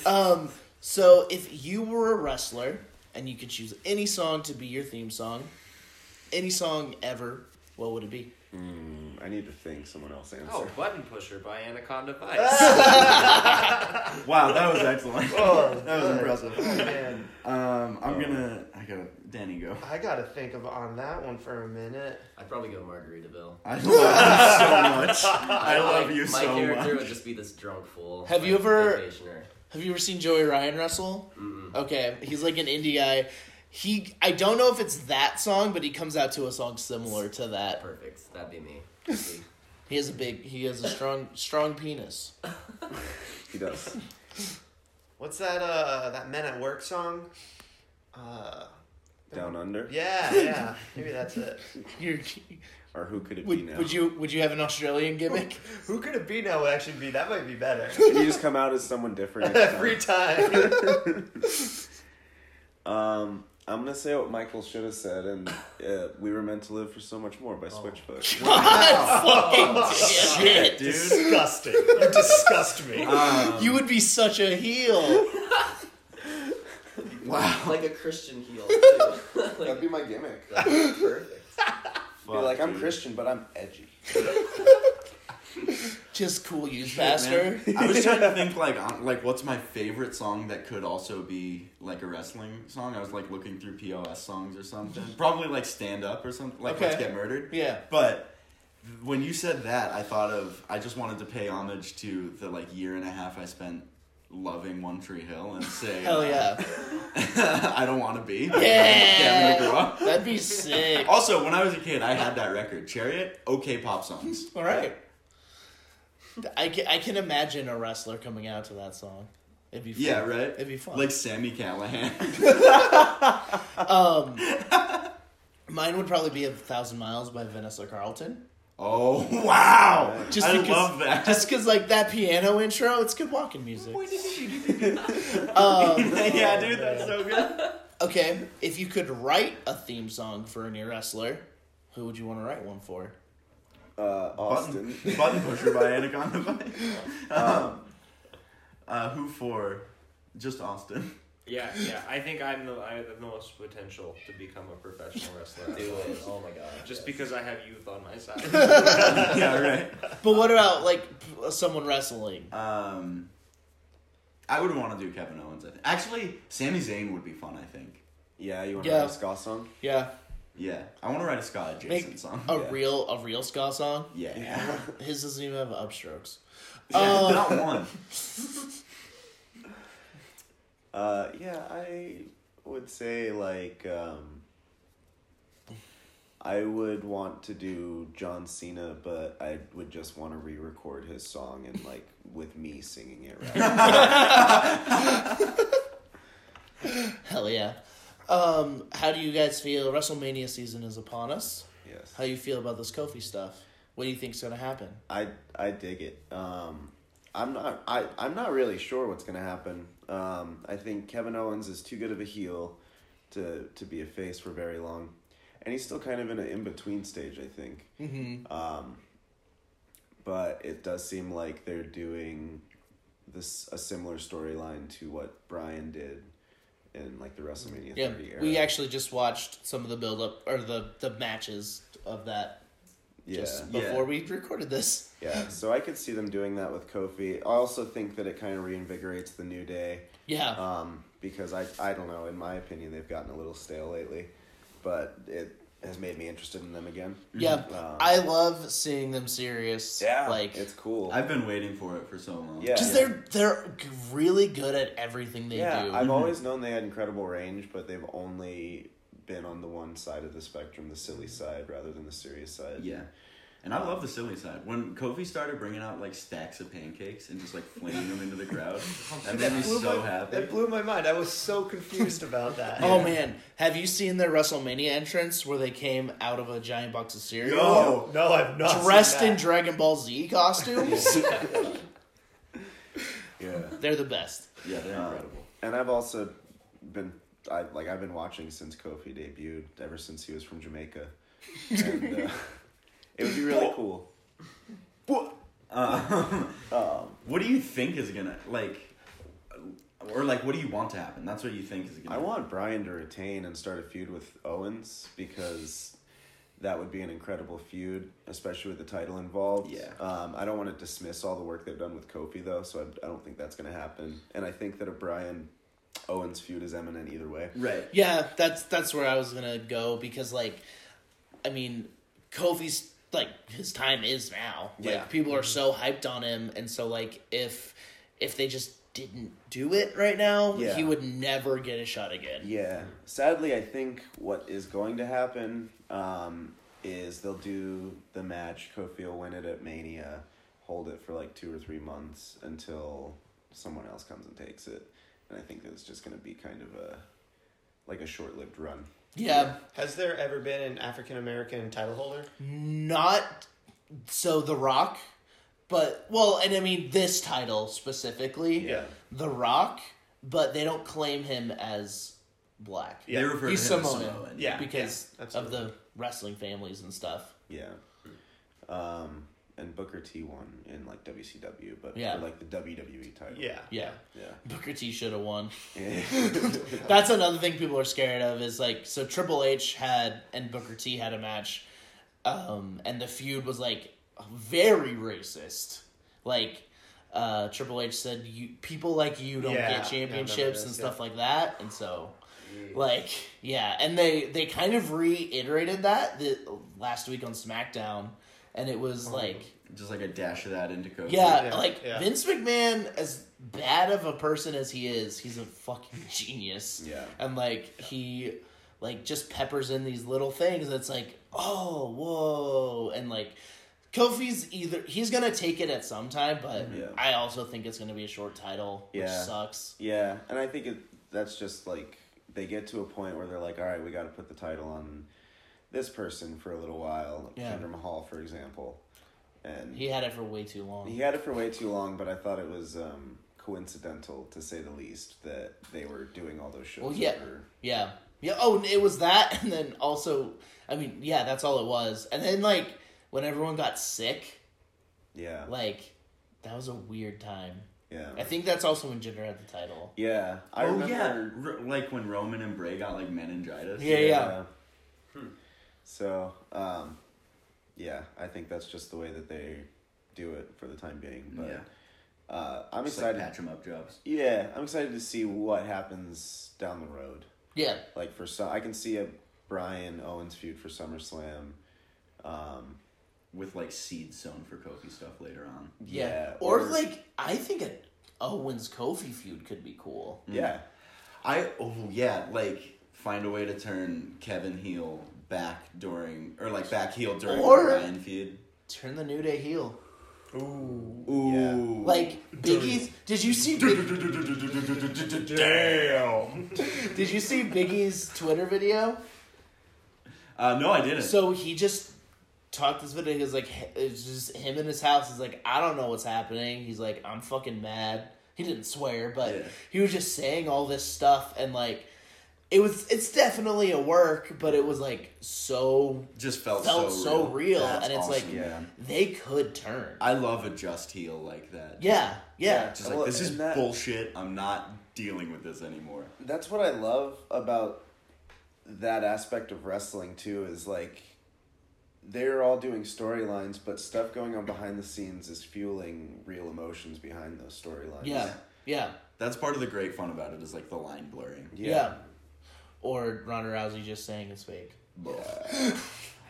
Speaker 3: Um, so if you were a wrestler and you could choose any song to be your theme song, any song ever, what would it be?
Speaker 4: Hmm, I need to think. Someone else answer.
Speaker 6: Oh, Button Pusher by Anaconda Vice.
Speaker 5: Wow, that was excellent.
Speaker 2: Oh,
Speaker 5: that was impressive.
Speaker 7: Man,
Speaker 5: Um, I'm gonna. I gotta. Danny, go.
Speaker 7: I gotta think of on that one for a minute.
Speaker 8: I'd probably go Margaritaville.
Speaker 5: I love you so much. I love
Speaker 8: my,
Speaker 5: you
Speaker 8: my
Speaker 5: so
Speaker 8: character would
Speaker 5: much.
Speaker 8: just be this drunk fool.
Speaker 3: Have
Speaker 8: like,
Speaker 3: you ever-
Speaker 8: vacationer.
Speaker 3: Have you ever seen Joey Ryan wrestle? Okay, he's like an indie guy. He I don't know if it's that song, but he comes out to a song similar to that.
Speaker 8: perfect. That'd be me. That'd be-
Speaker 3: He has a big he has a strong strong penis.
Speaker 4: He does.
Speaker 7: What's that? Uh, that Men at Work song. Uh,
Speaker 4: Down under.
Speaker 7: yeah, yeah. Maybe that's it.
Speaker 3: You're,
Speaker 4: Or who could it be
Speaker 3: would,
Speaker 4: now?
Speaker 3: would you would you have an Australian gimmick?
Speaker 7: Who could it be? Now would actually be that might be better.
Speaker 4: Can you just come out as someone different? each
Speaker 7: Every
Speaker 4: time?
Speaker 7: time.
Speaker 4: Um, I'm gonna say what Michael should have said, and uh, we were meant to live for so much more by Switchfoot.
Speaker 3: Oh, Shit,
Speaker 5: Dude.
Speaker 7: Disgusting. You disgust me.
Speaker 5: Um,
Speaker 3: you would be such a heel.
Speaker 5: wow.
Speaker 8: like a Christian heel. too. Exactly.
Speaker 4: That'd be my gimmick.
Speaker 8: That's perfect.
Speaker 4: Be like, I'm Christian, but I'm edgy.
Speaker 3: Just cool, you
Speaker 5: Man,
Speaker 3: bastard.
Speaker 5: I was trying to think like on, like what's my favorite song that could also be like a wrestling song. I was like looking through POS songs or something. Probably like stand up or something. Like let's
Speaker 3: Okay.
Speaker 5: get murdered.
Speaker 3: Yeah.
Speaker 5: But when you said that, I thought of I just wanted to pay homage to the like year and a half I spent loving One Tree Hill and say
Speaker 3: Hell yeah.
Speaker 5: I don't want to be. but
Speaker 3: Yeah.
Speaker 5: Damn it, grow up.
Speaker 3: That'd be sick.
Speaker 5: Also, when I was a kid, I had that record, Chariot. Okay, pop songs.
Speaker 3: All right. I can, I can imagine a wrestler coming out to that song. It'd be fun.
Speaker 5: Yeah, right.
Speaker 3: It'd be fun.
Speaker 5: Like Sammy Callahan.
Speaker 3: Um, Mine would probably be A Thousand Miles by Vanessa Carlton.
Speaker 5: Oh wow!
Speaker 3: Just
Speaker 5: I
Speaker 3: because,
Speaker 5: love that.
Speaker 3: Just because, like, that piano intro, it's good walking music. Um,
Speaker 5: yeah, dude, that's so good.
Speaker 3: Okay, if you could write a theme song for any wrestler, who would you want to write one for?
Speaker 4: Uh, Austin.
Speaker 5: Button, button pusher by Anaconda. By, um, uh, who for? Just Austin.
Speaker 2: Yeah, yeah. I think I'm the I have the most potential to become a professional wrestler.
Speaker 8: Do it. Oh my god.
Speaker 2: Just
Speaker 8: yes.
Speaker 2: because I have youth on my side.
Speaker 5: yeah, right.
Speaker 3: But what about, like, p- someone wrestling?
Speaker 5: Um, I would want to do Kevin Owens. I think. Actually, Sami Zayn would be fun. I think.
Speaker 4: Yeah, you want to
Speaker 3: Yeah.
Speaker 4: write a ska song?
Speaker 3: Yeah.
Speaker 5: Yeah, I want to write a Scott adjacent
Speaker 3: Make
Speaker 5: song.
Speaker 3: a
Speaker 5: yeah.
Speaker 3: real a real ska song.
Speaker 5: yeah.
Speaker 3: His doesn't even have upstrokes. Oh.
Speaker 5: Yeah, not one.
Speaker 4: Uh, yeah, I would say like um, I would want to do John Cena, but I would just want to re-record his song and like with me singing it. Right?
Speaker 3: Hell yeah. Um, how do you guys feel? WrestleMania season is upon us.
Speaker 4: yes,
Speaker 3: How you feel about this Kofi stuff? What do you think's gonna happen?
Speaker 4: I I dig it. Um, I'm not I I'm not really sure what's gonna happen. Um, I think Kevin Owens is too good of a heel to to be a face for very long, and he's still kind of in an in between stage. I think.
Speaker 3: Mm-hmm.
Speaker 4: Um, but it does seem like they're doing this a similar storyline to what Brian did in like the WrestleMania
Speaker 3: Yeah,
Speaker 4: 30 era.
Speaker 3: we actually just watched some of the build up or the the matches of that
Speaker 4: yeah.
Speaker 3: just
Speaker 5: Yeah.
Speaker 3: before we recorded this.
Speaker 4: yeah. So I could see them doing that with Kofi. I also think that it kind of reinvigorates the New Day
Speaker 3: Yeah,
Speaker 4: um, because I I don't know in my opinion they've gotten a little stale lately, but it has made me interested in them again.
Speaker 3: yeah.
Speaker 4: Um,
Speaker 3: I love seeing them serious.
Speaker 4: yeah,
Speaker 3: like
Speaker 4: it's cool.
Speaker 5: I've been waiting for it for so long.
Speaker 4: Yeah.
Speaker 3: because they're they're g- really good at everything they
Speaker 4: yeah,
Speaker 3: do.
Speaker 4: I've
Speaker 7: Mm-hmm.
Speaker 4: always known they had incredible range, but they've only been on the one side of the spectrum, the silly side, rather than the serious side.
Speaker 5: Yeah. And I love the silly side. When Kofi started bringing out like stacks of pancakes and just like flinging them into the crowd, that made me
Speaker 7: blew
Speaker 5: so
Speaker 7: my-
Speaker 5: happy.
Speaker 7: That blew my mind. I was so confused about that.
Speaker 3: Oh man, have you seen their WrestleMania entrance where they came out of a giant box of cereal?
Speaker 5: Yo!
Speaker 7: No, I've not.
Speaker 3: Dressed
Speaker 7: seen
Speaker 3: in
Speaker 7: that.
Speaker 3: Dragon Ball Z costumes.
Speaker 4: yeah.
Speaker 3: They're the best.
Speaker 5: Yeah, they're
Speaker 4: Um,
Speaker 5: incredible.
Speaker 4: And I've also been, I like, I've been watching since Kofi debuted, ever since he was from Jamaica. And, uh, it would be really cool.
Speaker 5: Um,
Speaker 4: Oh.
Speaker 5: what do you think is gonna like, or like, what do you want to happen? That's what you think is gonna.
Speaker 4: I want Brian to retain and start a feud with Owens because that would be an incredible feud, especially with the title involved.
Speaker 5: Yeah.
Speaker 4: Um, I don't want to dismiss all the work they've done with Kofi though, so I, I don't think that's going to happen. And I think that a Brian Owens feud is eminent either way.
Speaker 5: Right.
Speaker 3: Yeah, that's that's where I was gonna go because like, I mean, Kofi's like his time is now. Like
Speaker 4: Yeah.
Speaker 3: people
Speaker 7: Mm-hmm.
Speaker 3: are so hyped on him, and so like if if they just didn't do it right now,
Speaker 4: Yeah.
Speaker 3: he would never get a shot again.
Speaker 4: Yeah. Sadly, I think what is going to happen um, is they'll do the match. Kofi will win it at Mania, hold it for like two or three months until someone else comes and takes it. And I think it's just going to be kind of a like a short-lived run.
Speaker 3: Yeah,
Speaker 7: Has there ever been an African American title holder?
Speaker 3: not so The Rock, but well, and I mean this title specifically,
Speaker 7: Yeah.
Speaker 3: The Rock, but they don't claim him as black.
Speaker 5: They refer
Speaker 3: He's
Speaker 5: to him
Speaker 3: Samoan.
Speaker 5: as Samoan.
Speaker 7: Yeah.
Speaker 3: because
Speaker 7: yeah,
Speaker 3: of
Speaker 7: absolutely.
Speaker 3: the wrestling families and stuff.
Speaker 4: Yeah. Um, and Booker T won in like WCW, but
Speaker 3: Yeah.
Speaker 4: for like the WWE title.
Speaker 7: Yeah.
Speaker 3: Yeah.
Speaker 4: Yeah.
Speaker 3: Booker T should have won. That's another thing people are scared of is like so Triple H had and Booker T had a match, um, and the feud was like very racist. Like uh, Triple H said, "You people like you don't
Speaker 7: Yeah, yeah, I
Speaker 3: get
Speaker 7: remember
Speaker 3: championships
Speaker 7: this,
Speaker 3: and
Speaker 7: yeah.
Speaker 3: stuff like that," and so. Like yeah, and they they kind of reiterated that the last week on SmackDown, and it was like
Speaker 5: Oh, Just like a dash of that indigo.
Speaker 3: yeah,
Speaker 7: Yeah,
Speaker 3: like
Speaker 7: yeah.
Speaker 3: Vince McMahon, as bad of a person as he is, he's a fucking genius.
Speaker 4: Yeah.
Speaker 3: And like he like just peppers in these little things that's like, oh, whoa. And like Kofi's either he's gonna take it at some time, but
Speaker 4: Yeah.
Speaker 3: I also think it's gonna be a short title, which
Speaker 4: Yeah.
Speaker 3: sucks.
Speaker 4: Yeah, and I think it, that's just like they get to a point where they're like, all right, we got to put the title on this person for a little while.
Speaker 3: Yeah.
Speaker 4: Jinder Mahal, for example, and
Speaker 3: He had it for way too long.
Speaker 4: he had it for way too long, but I thought it was um, coincidental to say the least that they were doing all those shows.
Speaker 3: Well, yeah.
Speaker 4: over-
Speaker 3: Yeah. Yeah. Oh, and it was that, and then also, I mean, yeah, that's all it was. And then like when everyone got sick,
Speaker 4: yeah,
Speaker 3: like that was a weird time.
Speaker 4: yeah,
Speaker 3: I think that's also when Jinder had the title.
Speaker 4: yeah. I
Speaker 5: oh yeah,
Speaker 4: remember.
Speaker 5: R- like when Roman and Bray got like meningitis.
Speaker 3: Yeah, yeah.
Speaker 7: Hmm.
Speaker 5: Hmm.
Speaker 4: So, um, yeah, I think that's just the way that they do it for the time being. But
Speaker 5: Yeah.
Speaker 4: uh, I'm
Speaker 5: Just like
Speaker 4: excited.
Speaker 5: patch 'em up jobs.
Speaker 4: Yeah, I'm excited to see what happens down the road.
Speaker 3: Yeah,
Speaker 4: Like for some, I can see a Brian Owens feud for SummerSlam. Um,
Speaker 5: with like seeds sown for Kofi stuff later on.
Speaker 3: yeah.
Speaker 4: Yeah,
Speaker 3: Or,
Speaker 4: or-
Speaker 3: like, I think a Owens Kofi feud could be cool.
Speaker 4: yeah,
Speaker 5: I oh yeah, like find a way to turn Kevin heel back during or like back heel during
Speaker 3: Or-
Speaker 5: the Ryan feud.
Speaker 3: Turn the New Day heel.
Speaker 5: Ooh,
Speaker 4: Yeah.
Speaker 3: Like Biggie's. Did you see? Big,
Speaker 5: damn.
Speaker 3: did you see Biggie's Twitter video?
Speaker 5: Uh, no, I didn't.
Speaker 3: So he just talked this video. He's like, it's just him in his house. He's like, I don't know what's happening. He's like, I'm fucking mad. He didn't swear, but
Speaker 5: Yeah.
Speaker 3: he was just saying all this stuff and like, it was. It's definitely a work, but it was like so
Speaker 5: just felt,
Speaker 3: felt
Speaker 5: so,
Speaker 3: so real,
Speaker 5: That's
Speaker 3: and it's
Speaker 5: awesome,
Speaker 3: like-
Speaker 5: man.
Speaker 3: they could turn.
Speaker 5: I love a just heel like that.
Speaker 3: Yeah, yeah,
Speaker 5: Just like
Speaker 4: Well,
Speaker 5: this is
Speaker 4: and that-
Speaker 5: bullshit. I'm not dealing with this anymore.
Speaker 4: that's what I love about that aspect of wrestling too. Is like they're all doing storylines, but stuff going on behind the scenes is fueling real emotions behind those storylines.
Speaker 3: yeah, yeah,
Speaker 5: That's part of the great fun about it is like the line blurring.
Speaker 3: yeah, Or Ronda Rousey just saying it's fake.
Speaker 5: Yeah.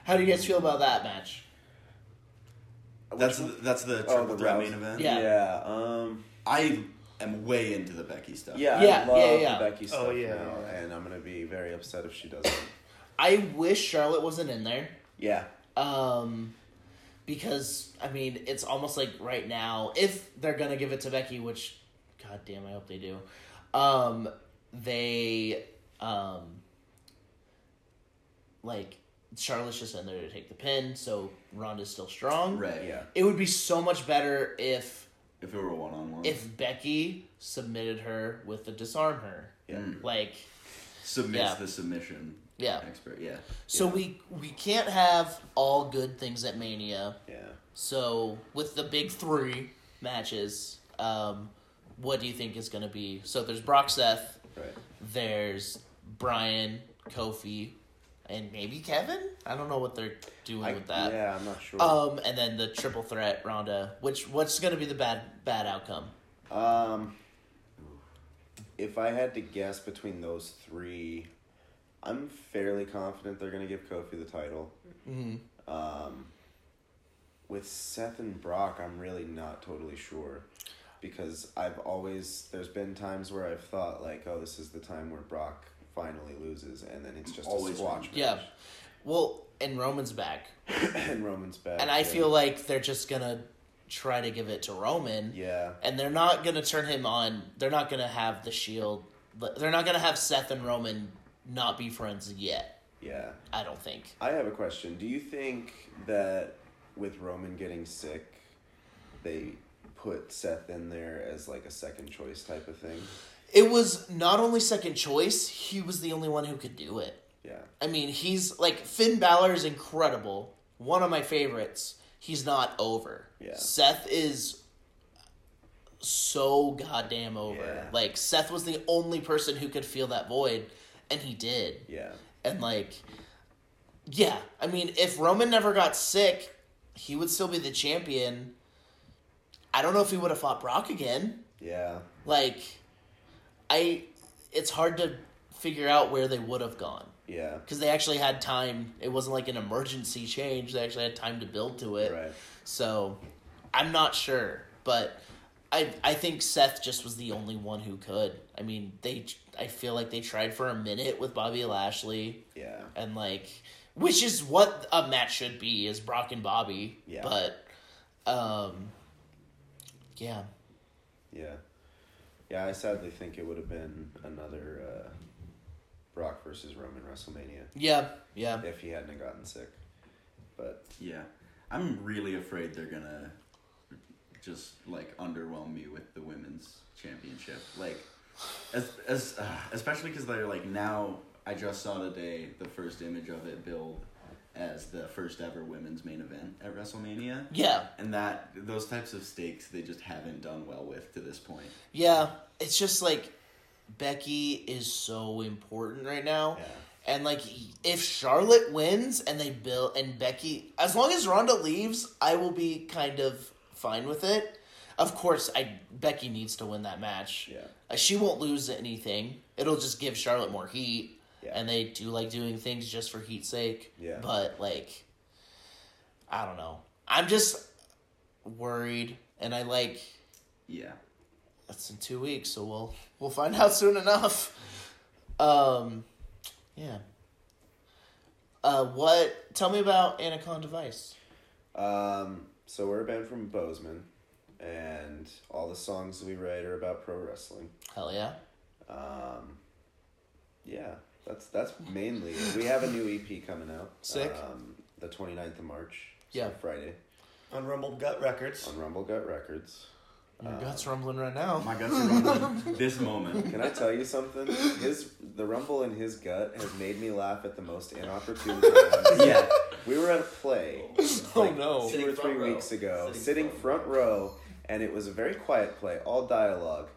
Speaker 3: How do you guys feel about that match?
Speaker 5: That's the, that's the triple
Speaker 4: Oh, the
Speaker 5: threat
Speaker 4: Rousey.
Speaker 5: main event.
Speaker 3: Yeah.
Speaker 4: yeah. Um,
Speaker 5: I am way into the Becky stuff.
Speaker 4: yeah,
Speaker 3: Yeah,
Speaker 4: I love
Speaker 3: yeah, yeah.
Speaker 4: the Becky stuff
Speaker 7: Oh, yeah.
Speaker 4: now, and I'm gonna be very upset if she doesn't.
Speaker 3: I wish Charlotte wasn't in there.
Speaker 4: yeah,
Speaker 3: Um, because I mean, it's almost like right now, if they're gonna give it to Becky, which, god damn, I hope they do. Um, they, um, like Charlotte's just in there to take the pin, so Ronda's still strong.
Speaker 5: Right.
Speaker 4: yeah.
Speaker 3: It would be so much better if
Speaker 5: If it were one on one.
Speaker 3: if Becky submitted her with the disarm her,
Speaker 4: Yeah.
Speaker 5: Hmm.
Speaker 3: like
Speaker 5: submits
Speaker 3: Yeah.
Speaker 5: the submission
Speaker 3: yeah.
Speaker 5: expert. Yeah.
Speaker 3: So we we can't have all good things at Mania.
Speaker 4: Yeah.
Speaker 3: So with the big three matches, um, what do you think is going to be? So there's Brock Seth,
Speaker 4: Right.
Speaker 3: there's Brian, Kofi, and maybe Kevin. I don't know what they're doing
Speaker 4: I-
Speaker 3: with that.
Speaker 4: Yeah, I'm not sure.
Speaker 3: Um, and then the triple threat Ronda. Which what's going to be the bad bad outcome?
Speaker 4: um, if I had to guess between those three, I'm fairly confident they're gonna give Kofi the title.
Speaker 3: Mm-hmm.
Speaker 4: Um, with Seth and Brock, I'm really not totally sure. Because I've always there's been times where I've thought like, oh, this is the time where Brock finally loses, and then it's just
Speaker 5: Always
Speaker 4: a squash match.
Speaker 3: Yeah. Well, and Roman's back,
Speaker 4: and Roman's back.
Speaker 3: and I
Speaker 4: yeah.
Speaker 3: feel like they're just gonna try to give it to Roman.
Speaker 4: yeah,
Speaker 3: and they're not gonna turn him on. They're not gonna have the shield. They're not gonna have Seth and Roman not be friends yet.
Speaker 4: yeah.
Speaker 3: I don't think.
Speaker 4: I have a question. Do you think that with Roman getting sick, they put Seth in there as like a second choice type of thing?
Speaker 3: It was not only second choice. He was the only one who could do it.
Speaker 4: Yeah.
Speaker 3: I mean, he's like Finn Balor is incredible. One of my favorites. he's not over.
Speaker 4: Yeah.
Speaker 3: Seth is so goddamn over.
Speaker 4: Yeah.
Speaker 3: Like Seth was the only person who could feel that void, and he did.
Speaker 4: Yeah.
Speaker 3: And like, yeah, I mean, if Roman never got sick, he would still be the champion. I don't know if he would have fought Brock again.
Speaker 4: Yeah.
Speaker 3: Like, I, it's hard to figure out where they would have gone
Speaker 4: Yeah.
Speaker 3: because they actually had time. It wasn't like an emergency change. They actually had time to build to it.
Speaker 4: Right.
Speaker 3: So, I'm not sure, but I I think Seth just was the only one who could. I mean, they I feel like they tried for a minute with Bobby Lashley
Speaker 4: Yeah.
Speaker 3: and like which is what a match should be is Brock and Bobby.
Speaker 4: Yeah.
Speaker 3: But um yeah.
Speaker 4: Yeah. Yeah, I sadly think it would have been another uh, Brock versus Roman WrestleMania
Speaker 3: Yeah. Yeah.
Speaker 4: if he hadn't have gotten sick. But
Speaker 5: Yeah. I'm really afraid they're gonna just like underwhelm me with the women's championship. Like, as as uh, especially because they're like now. I just saw today the first image of it billed as the first ever women's main event at WrestleMania.
Speaker 3: Yeah.
Speaker 5: And that those types of stakes they just haven't done well with to this point.
Speaker 3: Yeah. It's just like Becky is so important right now.
Speaker 4: yeah,
Speaker 3: And like if Charlotte wins and they build and Becky as long as Ronda leaves, I will be kind of fine with it. Of course, I Becky needs to win that match.
Speaker 4: yeah,
Speaker 3: Uh, she won't lose anything. It'll just give Charlotte more heat.
Speaker 4: Yeah.
Speaker 3: And they do like doing things just for heat's sake.
Speaker 4: Yeah.
Speaker 3: But like I don't know. I'm just worried and I like
Speaker 5: Yeah.
Speaker 3: that's in two weeks, so we'll we'll find out soon enough. Um yeah. Uh what tell me about Anaconda Vice.
Speaker 4: Um, so we're a band from Bozeman, and all the songs we write are about pro wrestling.
Speaker 3: Hell yeah.
Speaker 4: Um, yeah, that's that's mainly. It. We have a new EP coming out.
Speaker 3: Sick.
Speaker 4: Um, the 29th of March. so
Speaker 3: Yeah.
Speaker 4: Friday
Speaker 7: on Rumbled Gut Records.
Speaker 4: on Rumble Gut Records.
Speaker 3: Your
Speaker 4: Uh,
Speaker 3: guts rumbling right now.
Speaker 5: My guts are rumbling this moment.
Speaker 4: Can I tell you something? His the rumble in his gut has made me laugh at the most inopportune times.
Speaker 5: Yeah.
Speaker 4: We were at a play
Speaker 3: Oh no.
Speaker 4: two or
Speaker 8: Sitting
Speaker 4: three
Speaker 8: front row.
Speaker 4: weeks ago, sitting,
Speaker 8: Sitting
Speaker 4: front,
Speaker 8: front
Speaker 4: row, and it was a very quiet play, all dialogue,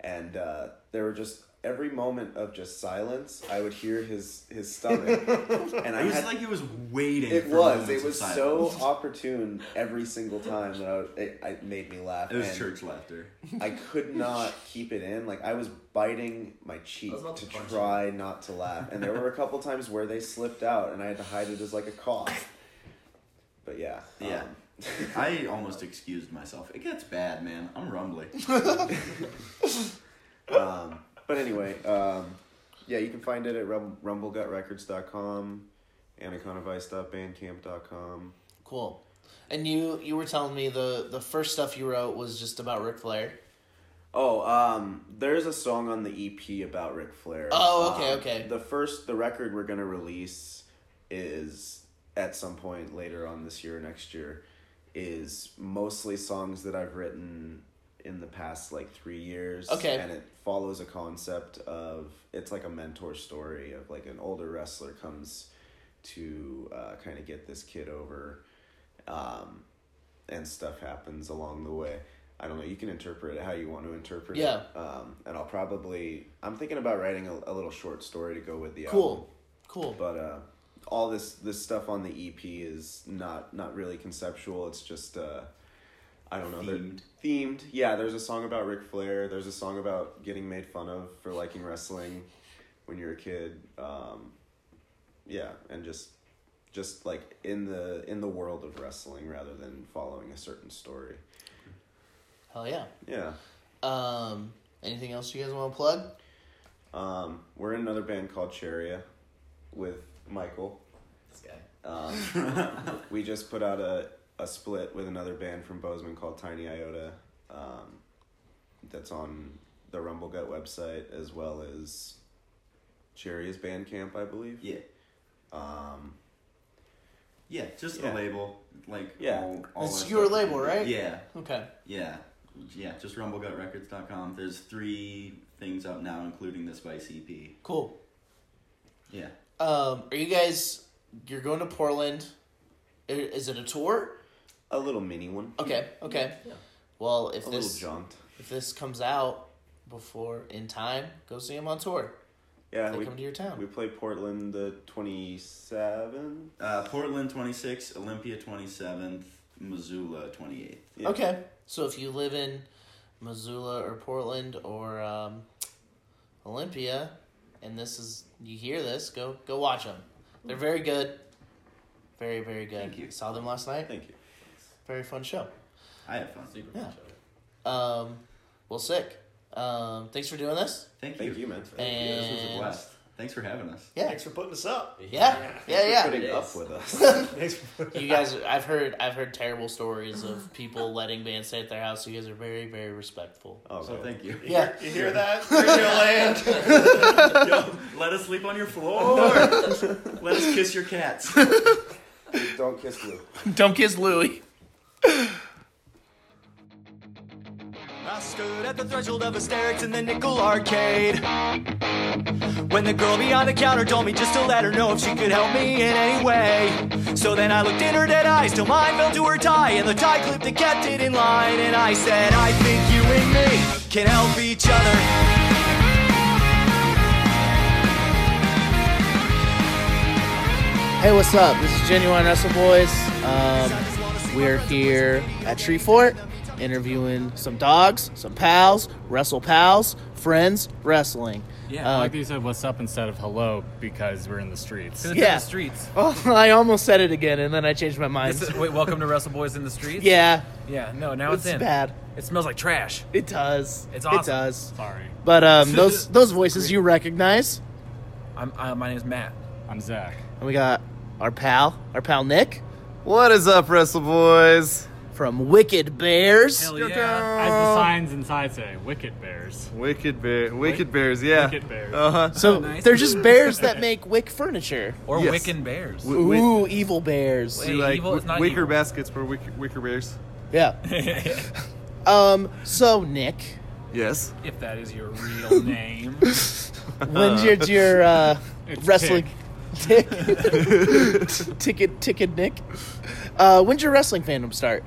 Speaker 4: and uh, there were just every moment of just silence. I would hear his his stomach, and I
Speaker 5: It was
Speaker 4: had.
Speaker 5: like it was waiting.
Speaker 4: it
Speaker 5: for
Speaker 4: was.
Speaker 5: moments
Speaker 4: It
Speaker 5: of
Speaker 4: was so
Speaker 5: silence.
Speaker 4: opportune every single time that I was, it, it made me laugh.
Speaker 5: It was
Speaker 4: and
Speaker 5: church laughter.
Speaker 4: I could not keep it in. Like I was biting my cheek
Speaker 8: I was about
Speaker 4: to
Speaker 8: to punch
Speaker 4: try not to laugh, and there were a couple times where they slipped out, and I had to hide it as like a cough. But yeah,
Speaker 5: Yeah.
Speaker 4: um,
Speaker 5: I almost excused myself. It gets bad, man. I'm rumbling.
Speaker 4: um, but anyway, um, yeah, you can find it at rum- rumblegutrecords.com, anacondavice.bandcamp.com.
Speaker 3: Cool. And you you were telling me the the first stuff you wrote was just about Ric Flair.
Speaker 4: Oh, um, there's a song on the EP about Ric Flair.
Speaker 3: Oh, okay,
Speaker 4: Um,
Speaker 3: okay.
Speaker 4: The first, the record we're gonna release is at some point later on this year or next year, is mostly songs that I've written in the past like three years.
Speaker 3: Okay.
Speaker 4: And it follows a concept of it's like a mentor story of like an older wrestler comes to uh, kind of get this kid over. Um, and stuff happens along the way. I don't know. You can interpret it how you want to interpret
Speaker 3: Yeah.
Speaker 4: it. Um, and I'll probably I'm thinking about writing a, a little short story to go with the
Speaker 3: Cool. Cool.
Speaker 4: album. But uh, all this this stuff on the EP is not not really conceptual. It's just uh, I don't know. they're-
Speaker 5: Themed.
Speaker 4: Themed. Yeah. There's a song about Ric Flair. There's a song about getting made fun of for liking wrestling when you're a kid. Um, yeah, and just just like in the in the world of wrestling rather than following a certain story.
Speaker 3: Hell yeah.
Speaker 4: Yeah.
Speaker 3: Um anything else you guys want to plug?
Speaker 4: Um, we're in another band called Cheria with Michael.
Speaker 8: This guy.
Speaker 4: Um, we just put out a, a split with another band from Bozeman called Tiny Iota. Um, that's on the Rumblegut website as well as Cheria's Bandcamp, I believe.
Speaker 5: Yeah.
Speaker 4: Um,
Speaker 5: Yeah, just
Speaker 4: Yeah.
Speaker 5: the label. Like,
Speaker 4: Yeah.
Speaker 5: all, all
Speaker 3: It's
Speaker 5: our
Speaker 3: your
Speaker 5: stuff.
Speaker 3: label, right?
Speaker 5: Yeah.
Speaker 3: Okay.
Speaker 5: Yeah. Yeah, just rumblegutrecords.com. There's three things up now, including the Spice EP.
Speaker 3: Cool.
Speaker 5: Yeah.
Speaker 3: Um, are you guys? You're going to Portland. I- Is it a tour?
Speaker 4: A little mini one.
Speaker 3: Okay, okay. Well, if
Speaker 4: A little
Speaker 3: this
Speaker 4: jaunt.
Speaker 3: if this comes out before in time, go see him on tour.
Speaker 4: Yeah,
Speaker 3: They
Speaker 4: we,
Speaker 3: come to your town.
Speaker 4: we play Portland the 27th.
Speaker 5: Uh, Portland 26, Olympia 27th, Missoula 28th.
Speaker 4: Yeah.
Speaker 3: Okay, so if you live in Missoula or Portland or um, Olympia, and this is you hear this, go go watch them. They're very good, very very good.
Speaker 5: Thank you.
Speaker 3: Saw them last night.
Speaker 4: Thank you.
Speaker 3: Very fun show.
Speaker 5: I had fun.
Speaker 9: Super
Speaker 3: Yeah.
Speaker 9: fun show.
Speaker 3: Um, well, sick. Um, thanks for doing this.
Speaker 5: Thank you.
Speaker 4: Thank you, man.
Speaker 5: This was a
Speaker 3: And-
Speaker 5: blast. Thanks for having us.
Speaker 3: Yeah,
Speaker 7: Thanks for putting us up.
Speaker 3: yeah, yeah, yeah.
Speaker 4: Putting
Speaker 9: It
Speaker 4: up
Speaker 9: is.
Speaker 4: with us.
Speaker 7: Thanks for
Speaker 3: You guys, I've heard, I've heard terrible stories of people letting bands stay at their house. You guys are very, very respectful.
Speaker 4: Oh,
Speaker 5: So
Speaker 4: good.
Speaker 5: thank you.
Speaker 3: Yeah,
Speaker 7: You hear that? Radioland.
Speaker 5: Yo, let us sleep on your floor. let us kiss your cats.
Speaker 4: Don't kiss Luke.
Speaker 3: don't kiss Louie.
Speaker 10: I stood at the threshold of hysterics in the nickel arcade. When the girl behind the counter told me just to let her know if she could help me in any way. So then I looked in her dead eyes till mine fell to her tie, and the tie clip that kept it in line. And I said, I think you and me can help each other.
Speaker 3: Hey, what's up? This is Genuine Wrestle Boys. Um, we're here at Tree Fort interviewing some dogs, some pals, wrestle pals, friends, wrestling.
Speaker 1: Yeah, I
Speaker 3: Uh,
Speaker 1: like that you said "What's up" instead of "Hello" because we're in the streets.
Speaker 3: Yeah.
Speaker 11: streets.
Speaker 3: Oh, I almost said it again and then I changed my mind.
Speaker 11: This is- wait, welcome to Wrestle Boys in the Streets?
Speaker 3: yeah,
Speaker 11: Yeah, no, now
Speaker 3: it's
Speaker 11: it's, in.
Speaker 3: bad.
Speaker 11: It smells like trash.
Speaker 3: It does.
Speaker 11: It's
Speaker 3: It
Speaker 11: awesome.
Speaker 3: does.
Speaker 1: Sorry,
Speaker 3: But um, those those voices you recognize,
Speaker 11: I'm, uh, my name's Matt.
Speaker 1: I'm Zach.
Speaker 3: and we got our pal, our pal Nick
Speaker 10: What is up, Wrestle Boys?
Speaker 3: from Wicked Bears.
Speaker 11: Hell yeah.
Speaker 1: As the signs inside say, "Wicked Bears."
Speaker 10: Wicked Bear, Wicked Bears, yeah.
Speaker 1: Wicked Bears.
Speaker 10: Uh-huh.
Speaker 3: So
Speaker 11: nice.
Speaker 3: they're just bears that make wick furniture.
Speaker 11: Or
Speaker 10: Yes.
Speaker 11: Wiccan Bears.
Speaker 10: Wi- wi-
Speaker 3: Ooh, evil bears.
Speaker 11: Wait,
Speaker 10: like
Speaker 11: evil is not
Speaker 10: wicker
Speaker 11: evil.
Speaker 10: baskets for wicker, wicker bears.
Speaker 3: Yeah. um. So Nick,
Speaker 10: Yes.
Speaker 11: if that is your real name.
Speaker 3: when's your your uh,
Speaker 1: It's
Speaker 3: wrestling tick ticket ticket Nick? Uh, when's your wrestling fandom start?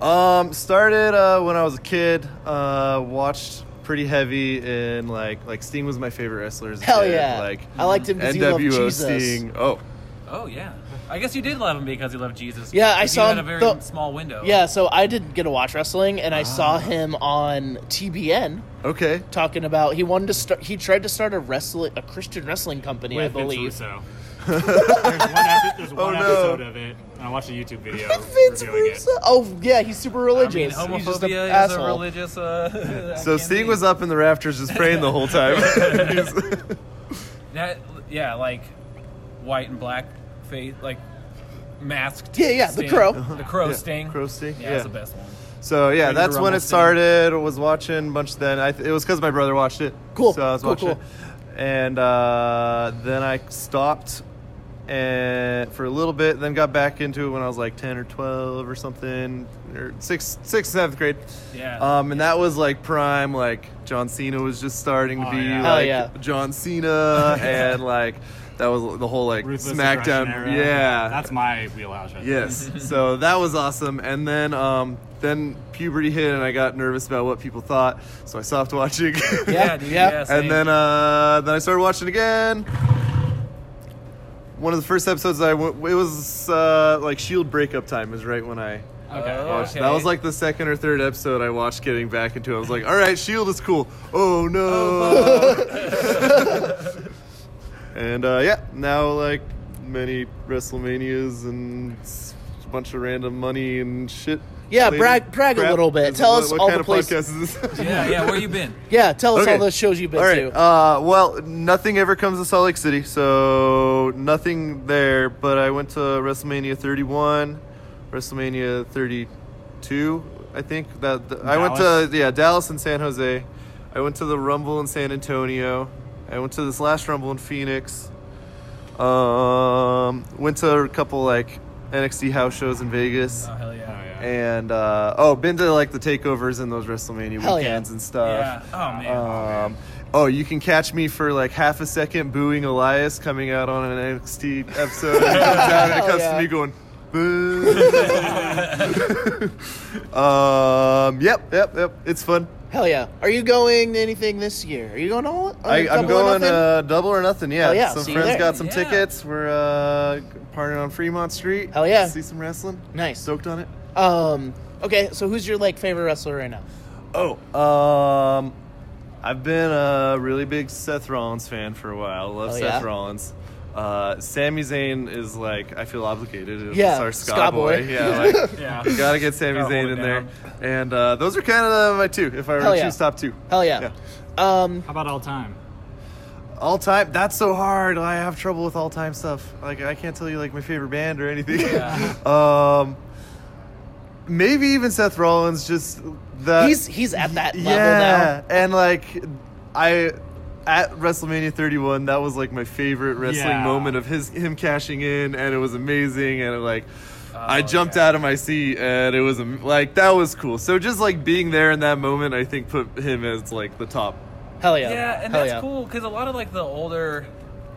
Speaker 10: Um, started uh, when I was a kid. Uh, watched pretty heavy and like like Sting was my favorite wrestler. As a
Speaker 3: Hell
Speaker 10: kid,
Speaker 3: yeah!
Speaker 10: Like
Speaker 3: I liked him because he loved
Speaker 10: NWO
Speaker 3: Jesus.
Speaker 10: Sting. Oh,
Speaker 11: Oh, yeah. I guess you did love him because he loved Jesus.
Speaker 3: Yeah, I
Speaker 11: Because
Speaker 3: saw
Speaker 11: you had a
Speaker 3: him-
Speaker 11: very
Speaker 3: the-
Speaker 11: small window. Ah.
Speaker 3: Yeah, so I didn't get to watch wrestling, and I saw him on TBN
Speaker 10: okay.
Speaker 3: talking about he wanted to start. He tried to start a wrestling a Christian wrestling company, I
Speaker 1: With Vince
Speaker 3: believe.
Speaker 1: Russo. there's one, epi- there's one
Speaker 10: Oh, no.
Speaker 1: episode of it, and I watched a YouTube video
Speaker 3: Vince
Speaker 1: reviewing
Speaker 3: Russo. Oh yeah, he's super
Speaker 11: I mean,
Speaker 3: religious. he's just an
Speaker 11: homophobia is
Speaker 3: asshole.
Speaker 11: a religious. Uh,
Speaker 10: So
Speaker 11: activity.
Speaker 10: Sting was up in the rafters just praying the whole time.
Speaker 11: That, yeah, like white and black face, like masked.
Speaker 3: Yeah, yeah, the
Speaker 11: Sting. Uh-huh.
Speaker 3: crow.
Speaker 11: The crow
Speaker 10: Yeah,
Speaker 11: Sting.
Speaker 10: Crow Sting,
Speaker 11: Yeah, that's
Speaker 10: yeah.
Speaker 11: the best one.
Speaker 10: so yeah,
Speaker 11: Ready to
Speaker 10: that's when
Speaker 11: rumble
Speaker 10: it
Speaker 11: Sting.
Speaker 10: started. Was watching a bunch then. I th- it was because my brother watched it.
Speaker 3: Cool,
Speaker 10: So I was
Speaker 3: cool,
Speaker 10: watching
Speaker 3: cool.
Speaker 10: it, and uh, then I stopped. And for a little bit, then got back into it when I was like ten or twelve or something, or sixth, sixth, seventh grade.
Speaker 11: Yeah.
Speaker 10: Um, and that was like prime, like John Cena was just starting to
Speaker 1: Oh,
Speaker 10: be
Speaker 1: yeah.
Speaker 3: Hell
Speaker 10: like
Speaker 3: yeah.
Speaker 10: John Cena, and like that was the whole like
Speaker 1: Ruthless
Speaker 10: SmackDown,
Speaker 1: Aggression era.
Speaker 10: yeah,
Speaker 1: That's my wheelhouse. Right
Speaker 10: yes. so that was awesome. And then, um, then puberty hit, and I got nervous about what people thought, so I stopped watching.
Speaker 11: yeah, dude,
Speaker 3: yeah.
Speaker 11: yeah.
Speaker 10: and
Speaker 11: same.
Speaker 10: then, uh, then I started watching again. One of the first episodes I w- it was uh, like Shield breakup time is right when I
Speaker 1: there. Okay.
Speaker 11: Oh.
Speaker 10: watched.
Speaker 11: Okay.
Speaker 10: That was like the second or third episode I watched getting back into. it. I was like, all right, Shield is cool. Oh no. and uh, yeah, now like many WrestleManias and s- a bunch of random money and shit.
Speaker 3: Yeah,
Speaker 10: Later.
Speaker 3: brag- brag a
Speaker 10: Crap.
Speaker 3: little bit.
Speaker 10: Is-
Speaker 3: Tell
Speaker 10: what-
Speaker 3: us
Speaker 10: what
Speaker 3: all
Speaker 10: kind
Speaker 3: the
Speaker 10: of
Speaker 3: place-
Speaker 10: podcast is this?
Speaker 11: yeah, yeah. Where you been?
Speaker 3: Yeah, tell us
Speaker 10: Okay.
Speaker 3: all the shows you've been
Speaker 10: All right.
Speaker 3: to.
Speaker 10: Uh, well, nothing ever comes to Salt Lake City, so nothing there. But I went to WrestleMania 31, WrestleMania 32, I think. That th- I went to
Speaker 1: Dallas?
Speaker 10: yeah Dallas and San Jose. I went to the Rumble in San Antonio. I went to this last Rumble in Phoenix. Um, went to a couple like NXT house shows in Vegas.
Speaker 11: Oh hell
Speaker 1: Oh,
Speaker 11: yeah.
Speaker 1: yeah.
Speaker 10: And uh, oh, been to like the takeovers and those WrestleMania
Speaker 3: Hell yeah.
Speaker 10: weekends and stuff.
Speaker 11: Yeah. Oh man.
Speaker 10: Um, oh, you can catch me for like half a second booing Elias coming out on an NXT episode. and he comes out and it
Speaker 3: Hell
Speaker 10: comes
Speaker 3: yeah.
Speaker 10: to me going, um, yep, yep, yep. It's fun.
Speaker 3: Hell yeah. Are you going to anything this year? Are you going all?
Speaker 10: I,
Speaker 3: double
Speaker 10: I'm
Speaker 3: or
Speaker 10: going
Speaker 3: nothing?
Speaker 10: uh, double or nothing. Yeah,
Speaker 3: Hell yeah,
Speaker 10: some
Speaker 3: see you
Speaker 10: friends
Speaker 3: there.
Speaker 10: got some
Speaker 3: Yeah.
Speaker 10: tickets. We're uh, partying on Fremont Street.
Speaker 3: Hell yeah.
Speaker 10: See some wrestling.
Speaker 3: Nice.
Speaker 10: Stoked on it.
Speaker 3: Um. Okay. So who's your like favorite wrestler right now?
Speaker 10: Oh, um, I've been a really big Seth Rollins fan for a while. Love
Speaker 3: Oh,
Speaker 10: Seth
Speaker 3: yeah?
Speaker 10: Rollins. Uh, Sami Zayn is like I feel obligated. It's
Speaker 3: Yeah,
Speaker 10: our
Speaker 3: ska
Speaker 10: ska,
Speaker 3: boy.
Speaker 10: boy. Yeah, like,
Speaker 3: Yeah.
Speaker 10: gotta get Sami
Speaker 3: Gotta
Speaker 10: Zayn in
Speaker 3: hold it
Speaker 10: there. And uh, those are kind of my two. If I were
Speaker 3: Hell
Speaker 10: to
Speaker 3: yeah.
Speaker 10: choose top two,
Speaker 3: Hell yeah. Um.
Speaker 11: How about all time?
Speaker 10: all time. That's so hard. I have trouble with all time stuff. Like I can't tell you like my favorite band or anything. um, maybe even Seth Rollins. Just that
Speaker 3: he's he's at that level
Speaker 10: yeah, and like I at WrestleMania 31, that was like my favorite wrestling
Speaker 11: Yeah.
Speaker 10: moment of his him cashing in, and it was amazing, and it, like.
Speaker 3: Oh,
Speaker 10: I jumped out of my seat and it was am- like that was cool. So just like being there in that moment, I think put him as like the top.
Speaker 3: Hell
Speaker 11: Yeah, and
Speaker 10: Hell
Speaker 11: that's
Speaker 10: yeah.
Speaker 11: cool because a lot of like the older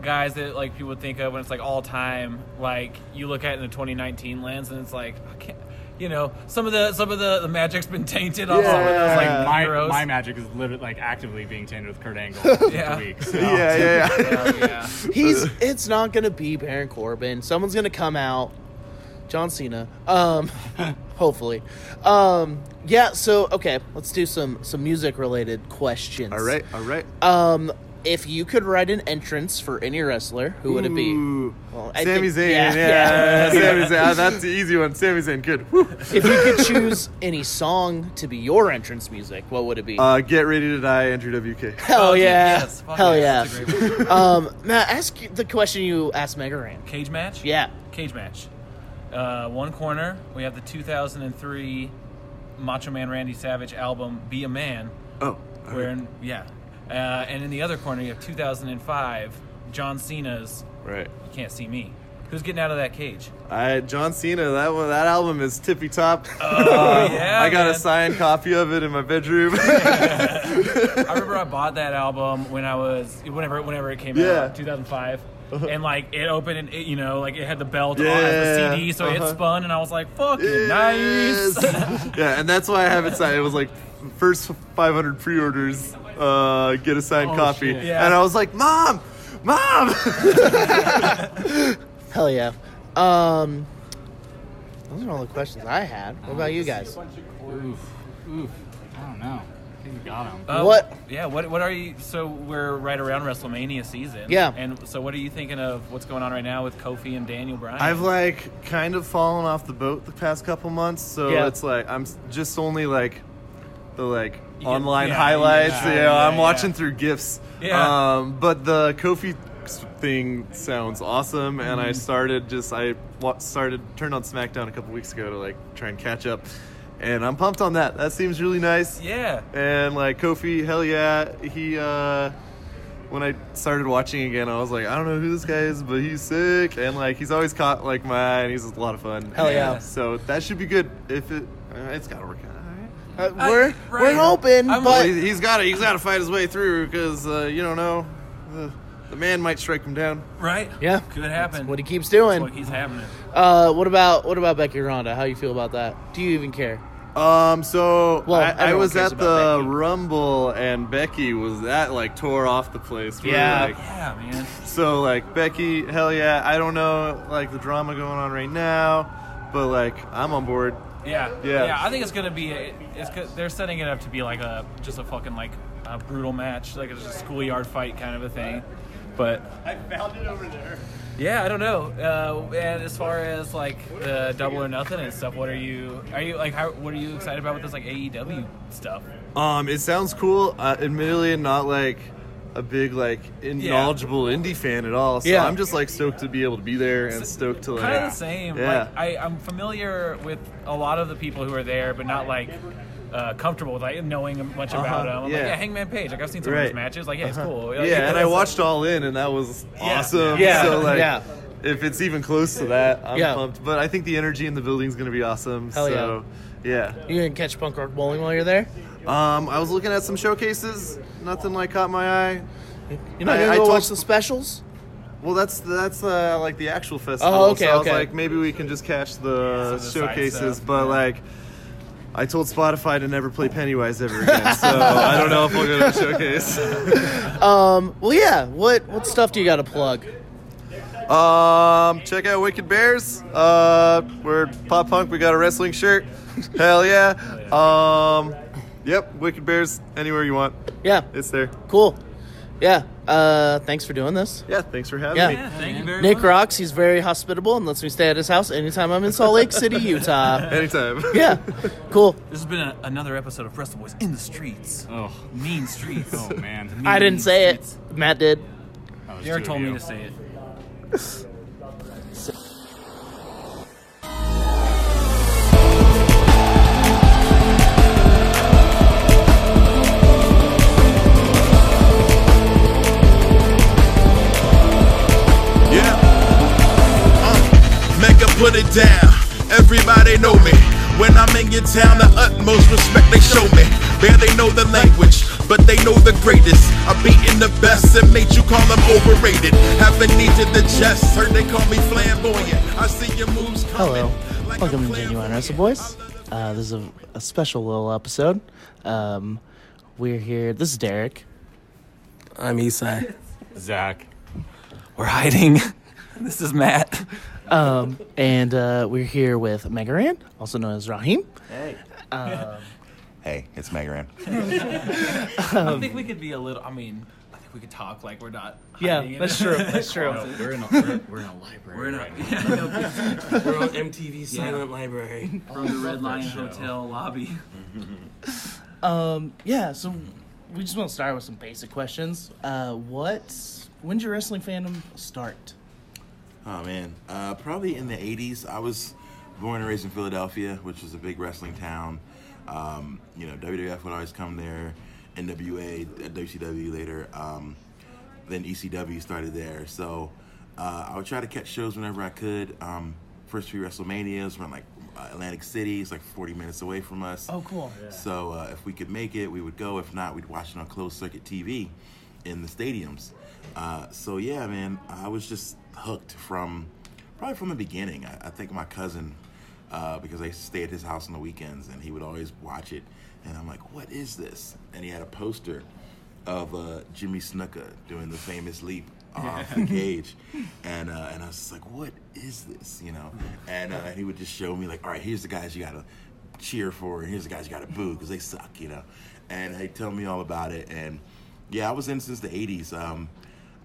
Speaker 11: guys that like people think of when it's like all time, like you look at it in the 2019 lens, and it's like I can't. You know, some of the some of the, the magic's been tainted on some of those like
Speaker 10: Yeah.
Speaker 1: my,
Speaker 11: heroes.
Speaker 1: my magic is literally like actively being tainted with Kurt Angle yeah.
Speaker 11: Yeah.
Speaker 1: week.
Speaker 10: Yeah, yeah,
Speaker 11: yeah.
Speaker 3: now. He's. It's not gonna be Baron Corbin. Someone's gonna come out. John Cena. Um. hopefully. Um. Yeah. So okay. Let's do some some music related questions.
Speaker 10: All right, all right.
Speaker 3: Um. If you could write an entrance for any wrestler, who would it be?
Speaker 10: Ooh.
Speaker 3: Well, I
Speaker 10: Sami
Speaker 3: think-
Speaker 10: Zayn, yeah, Sami Zayn. Ah, That's the easy one. Sami Zayn, good. Woo.
Speaker 3: if you could choose any song to be your entrance music, what would it be?
Speaker 10: Uh, get ready to die, Andrew WK.
Speaker 11: Oh,
Speaker 3: Hell yeah!
Speaker 11: yes, fuck
Speaker 3: Hell yeah!
Speaker 11: yes,
Speaker 3: um, Matt, ask you- the question you asked Megaran.
Speaker 11: Cage match?
Speaker 3: Yeah.
Speaker 11: Cage match. Uh, one corner, we have the 2003 Macho Man Randy Savage album, Be a Man.
Speaker 10: Oh.
Speaker 11: Where, in, yeah. Uh, and in the other corner, you have 2005 John Cena's
Speaker 10: Right.
Speaker 11: You Can't See Me. Who's getting out of that cage?
Speaker 10: I John Cena. That one, that album is tippy top. Oh
Speaker 11: yeah,
Speaker 10: I got
Speaker 11: man.
Speaker 10: a signed copy of it in my bedroom.
Speaker 11: I remember I bought that album when I was whenever whenever it came
Speaker 10: Yeah. Uh-huh.
Speaker 11: out, 2005. And like it opened and it, you know like it had the belt on
Speaker 10: Yeah,
Speaker 11: as the CD, so it
Speaker 10: uh-huh.
Speaker 11: spun and I was like, "Fucking nice!"
Speaker 10: yeah, and that's why I have it signed. It was like first 500 pre-orders uh, get a signed
Speaker 11: Oh,
Speaker 10: copy,
Speaker 11: shit. Yeah.
Speaker 10: and I was like, "Mom, mom!"
Speaker 3: Hell yeah! Um, those are all the questions I had. What about you guys?
Speaker 1: Oof. Oof. I don't know. I think you got him.
Speaker 11: Uh,
Speaker 3: What-
Speaker 11: Yeah. What? What are you? So we're right around WrestleMania season.
Speaker 10: Yeah.
Speaker 11: And so, what are you thinking of? What's going on right now with Kofi and Daniel Bryan?
Speaker 10: I've like kind of fallen off the boat the past couple months, so
Speaker 11: Yeah.
Speaker 10: it's like I'm s- just only like the like
Speaker 11: You get-
Speaker 10: online
Speaker 11: yeah,
Speaker 10: highlights.
Speaker 11: yeah,
Speaker 10: Yeah,
Speaker 11: yeah,
Speaker 10: I'm
Speaker 11: yeah.
Speaker 10: watching through gifs.
Speaker 11: Yeah.
Speaker 10: Um, but the Kofi s- thing sounds awesome, and I
Speaker 11: Mhm.
Speaker 10: started just I wa- started turned on SmackDown a couple weeks ago to like try and catch up, and I'm pumped on that. That seems really nice.
Speaker 11: Yeah.
Speaker 10: And like Kofi, hell yeah, he. uh when I started watching again, I was like, I don't know who this guy is, but he's sick, and like he's always caught like my eye, and he's a lot of fun.
Speaker 3: Hell yeah.
Speaker 10: So that should be good. If it, uh, it's gotta work out.
Speaker 3: Uh, we're we're
Speaker 10: right.
Speaker 3: hoping, but
Speaker 10: He- he's got to he's got to fight his way through because uh, you don't know, the, the man might strike him down.
Speaker 11: Right.
Speaker 3: yeah,
Speaker 11: Could happen.
Speaker 3: what he keeps doing.
Speaker 11: What he's happening.
Speaker 3: Uh, what about what about Becky Ronda? How you feel about that? Do you even care?
Speaker 10: Um, so
Speaker 3: Well,
Speaker 10: I, I
Speaker 3: everyone
Speaker 10: was
Speaker 3: cares
Speaker 10: at
Speaker 3: about
Speaker 10: the Rumble, and Becky was that like tore off the place. We were,
Speaker 3: Yeah.
Speaker 10: like,
Speaker 11: Yeah, man.
Speaker 10: So like Becky, hell yeah, I don't know like the drama going on right now, but like I'm on board.
Speaker 11: Yeah.
Speaker 10: Yeah.
Speaker 11: I think it's gonna be. it- It's go- they're setting it up to be like a just a fucking like a brutal match, like it's a schoolyard fight kind of a thing. But
Speaker 12: I found it over there.
Speaker 11: Yeah, I don't know. Uh, and as far as like the double or nothing and stuff, what are you? Are you like? How, what are you excited about with this like AEW stuff?
Speaker 10: Um, it sounds cool. Uh, admittedly, I'm not like a big like in-
Speaker 11: Yeah.
Speaker 10: knowledgeable indie fan at all. So
Speaker 11: Yeah.
Speaker 10: I'm just like stoked to be able to be there and stoked to like
Speaker 11: Kind of the same.
Speaker 10: Yeah.
Speaker 11: Like I, I'm familiar with a lot of the people who are there, but not like. Uh, comfortable with like knowing much
Speaker 10: Uh-huh,
Speaker 11: about them. I'm
Speaker 10: yeah.
Speaker 11: Like, yeah, Hangman Page. Like I've seen some of his
Speaker 10: Right.
Speaker 11: matches. Like yeah, it's
Speaker 10: Uh-huh.
Speaker 11: cool. Like,
Speaker 10: yeah, and I
Speaker 11: it's-
Speaker 10: watched All In, and that was
Speaker 11: Yeah.
Speaker 10: awesome.
Speaker 11: Yeah.
Speaker 10: So like,
Speaker 11: Yeah.
Speaker 10: if it's even close to that, I'm
Speaker 3: Yeah.
Speaker 10: pumped. But I think the energy in the building's gonna be awesome.
Speaker 3: Hell yeah.
Speaker 10: so, yeah.
Speaker 3: You gonna catch punk rock bowling while you're there?
Speaker 10: Um, I was looking at some showcases. Nothing like caught my eye.
Speaker 3: You're not
Speaker 10: I-
Speaker 3: gonna
Speaker 10: I
Speaker 3: go
Speaker 10: told-
Speaker 3: watch the specials?
Speaker 10: Well, that's that's uh, like the actual festival.
Speaker 12: Oh, okay,
Speaker 10: so I was
Speaker 12: okay.
Speaker 10: like, maybe we can just catch the,
Speaker 12: the side
Speaker 10: showcases,
Speaker 12: stuff,
Speaker 10: but
Speaker 12: yeah.
Speaker 10: like. I told Spotify to never play Pennywise ever again, so I don't know if we'll go to the showcase.
Speaker 3: Um, well, yeah. What what stuff do you got to plug?
Speaker 10: Um, check out Wicked Bears. Uh, we're pop punk. We got a wrestling shirt. Hell yeah. Um, yep, Wicked Bears. Anywhere you want.
Speaker 3: Yeah,
Speaker 10: it's there.
Speaker 3: Cool. Yeah. Uh, thanks for doing this.
Speaker 10: Yeah, thanks for having me. Yeah, thank you very
Speaker 3: Nick
Speaker 10: much.
Speaker 3: rocks. He's very hospitable and lets me stay at his house anytime I'm in Salt Lake City, Utah.
Speaker 10: Anytime.
Speaker 3: Yeah. Cool.
Speaker 11: This has been a, another episode of Wrestle Boys in the Streets. Oh, mean streets. Oh man,
Speaker 3: I didn't say it. Matt did.
Speaker 11: Jared told me to say it.
Speaker 13: Mecca put it down. Everybody know me. When I'm in your town, the utmost respect they show me. There they know the language, but they know the greatest. I've beaten the best and made you call them overrated. Have a knee to the chest, heard they call me flamboyant. I see your moves coming.
Speaker 3: Hello. Welcome to Genuine Wrestle Boys. Uh, this is a, a special little episode. Um, we're here. This is Derek.
Speaker 12: I'm Isai.
Speaker 1: Zach.
Speaker 3: We're hiding. this is Matt. Um, and uh, we're here with Megaran, also known as Rahim.
Speaker 12: Hey.
Speaker 3: Um,
Speaker 14: Hey, it's Megaran.
Speaker 11: I think we could be a little. I mean, I think we could talk like we're not.
Speaker 3: Yeah,
Speaker 11: hiding it.
Speaker 3: that's true, that's true. No,
Speaker 12: we're in a- we're- we're in a library
Speaker 11: We're in a-
Speaker 12: right now. We're on MTV 's silent library.
Speaker 11: from the Red
Speaker 12: That
Speaker 11: Lion
Speaker 12: show.
Speaker 11: Hotel lobby.
Speaker 3: um, yeah, so we just want to start with some basic questions. Uh, what? When did your wrestling fandom start?
Speaker 14: Oh man, uh, probably in the '80s. I was born and raised in Philadelphia, which was a big wrestling town. Um, you know, WWF would always come there, NWA, uh, WCW later. Um, then ECW started there, so uh, I would try to catch shows whenever I could. Um, first few WrestleManias were in like Atlantic City, it's like 40 minutes away from us.
Speaker 3: Oh, cool. Yeah.
Speaker 14: So uh, if we could make it, we would go. If not, we'd watch it on closed circuit TV in the stadiums. Uh, so yeah, man, I was just hooked from probably from the beginning. I, I think my cousin, uh, because I used to stay at his house on the weekends, and he would always watch it, and I'm like, what is this? And he had a poster of uh, Jimmy Snuka doing the famous leap off the cage, and uh, and I was just like, what is this? You know, and uh, he would just show me like, all right, here's the guys you gotta cheer for, and here's the guys you gotta boo because they suck, you know, and he tell me all about it, and yeah, I was in since the '80s. Um,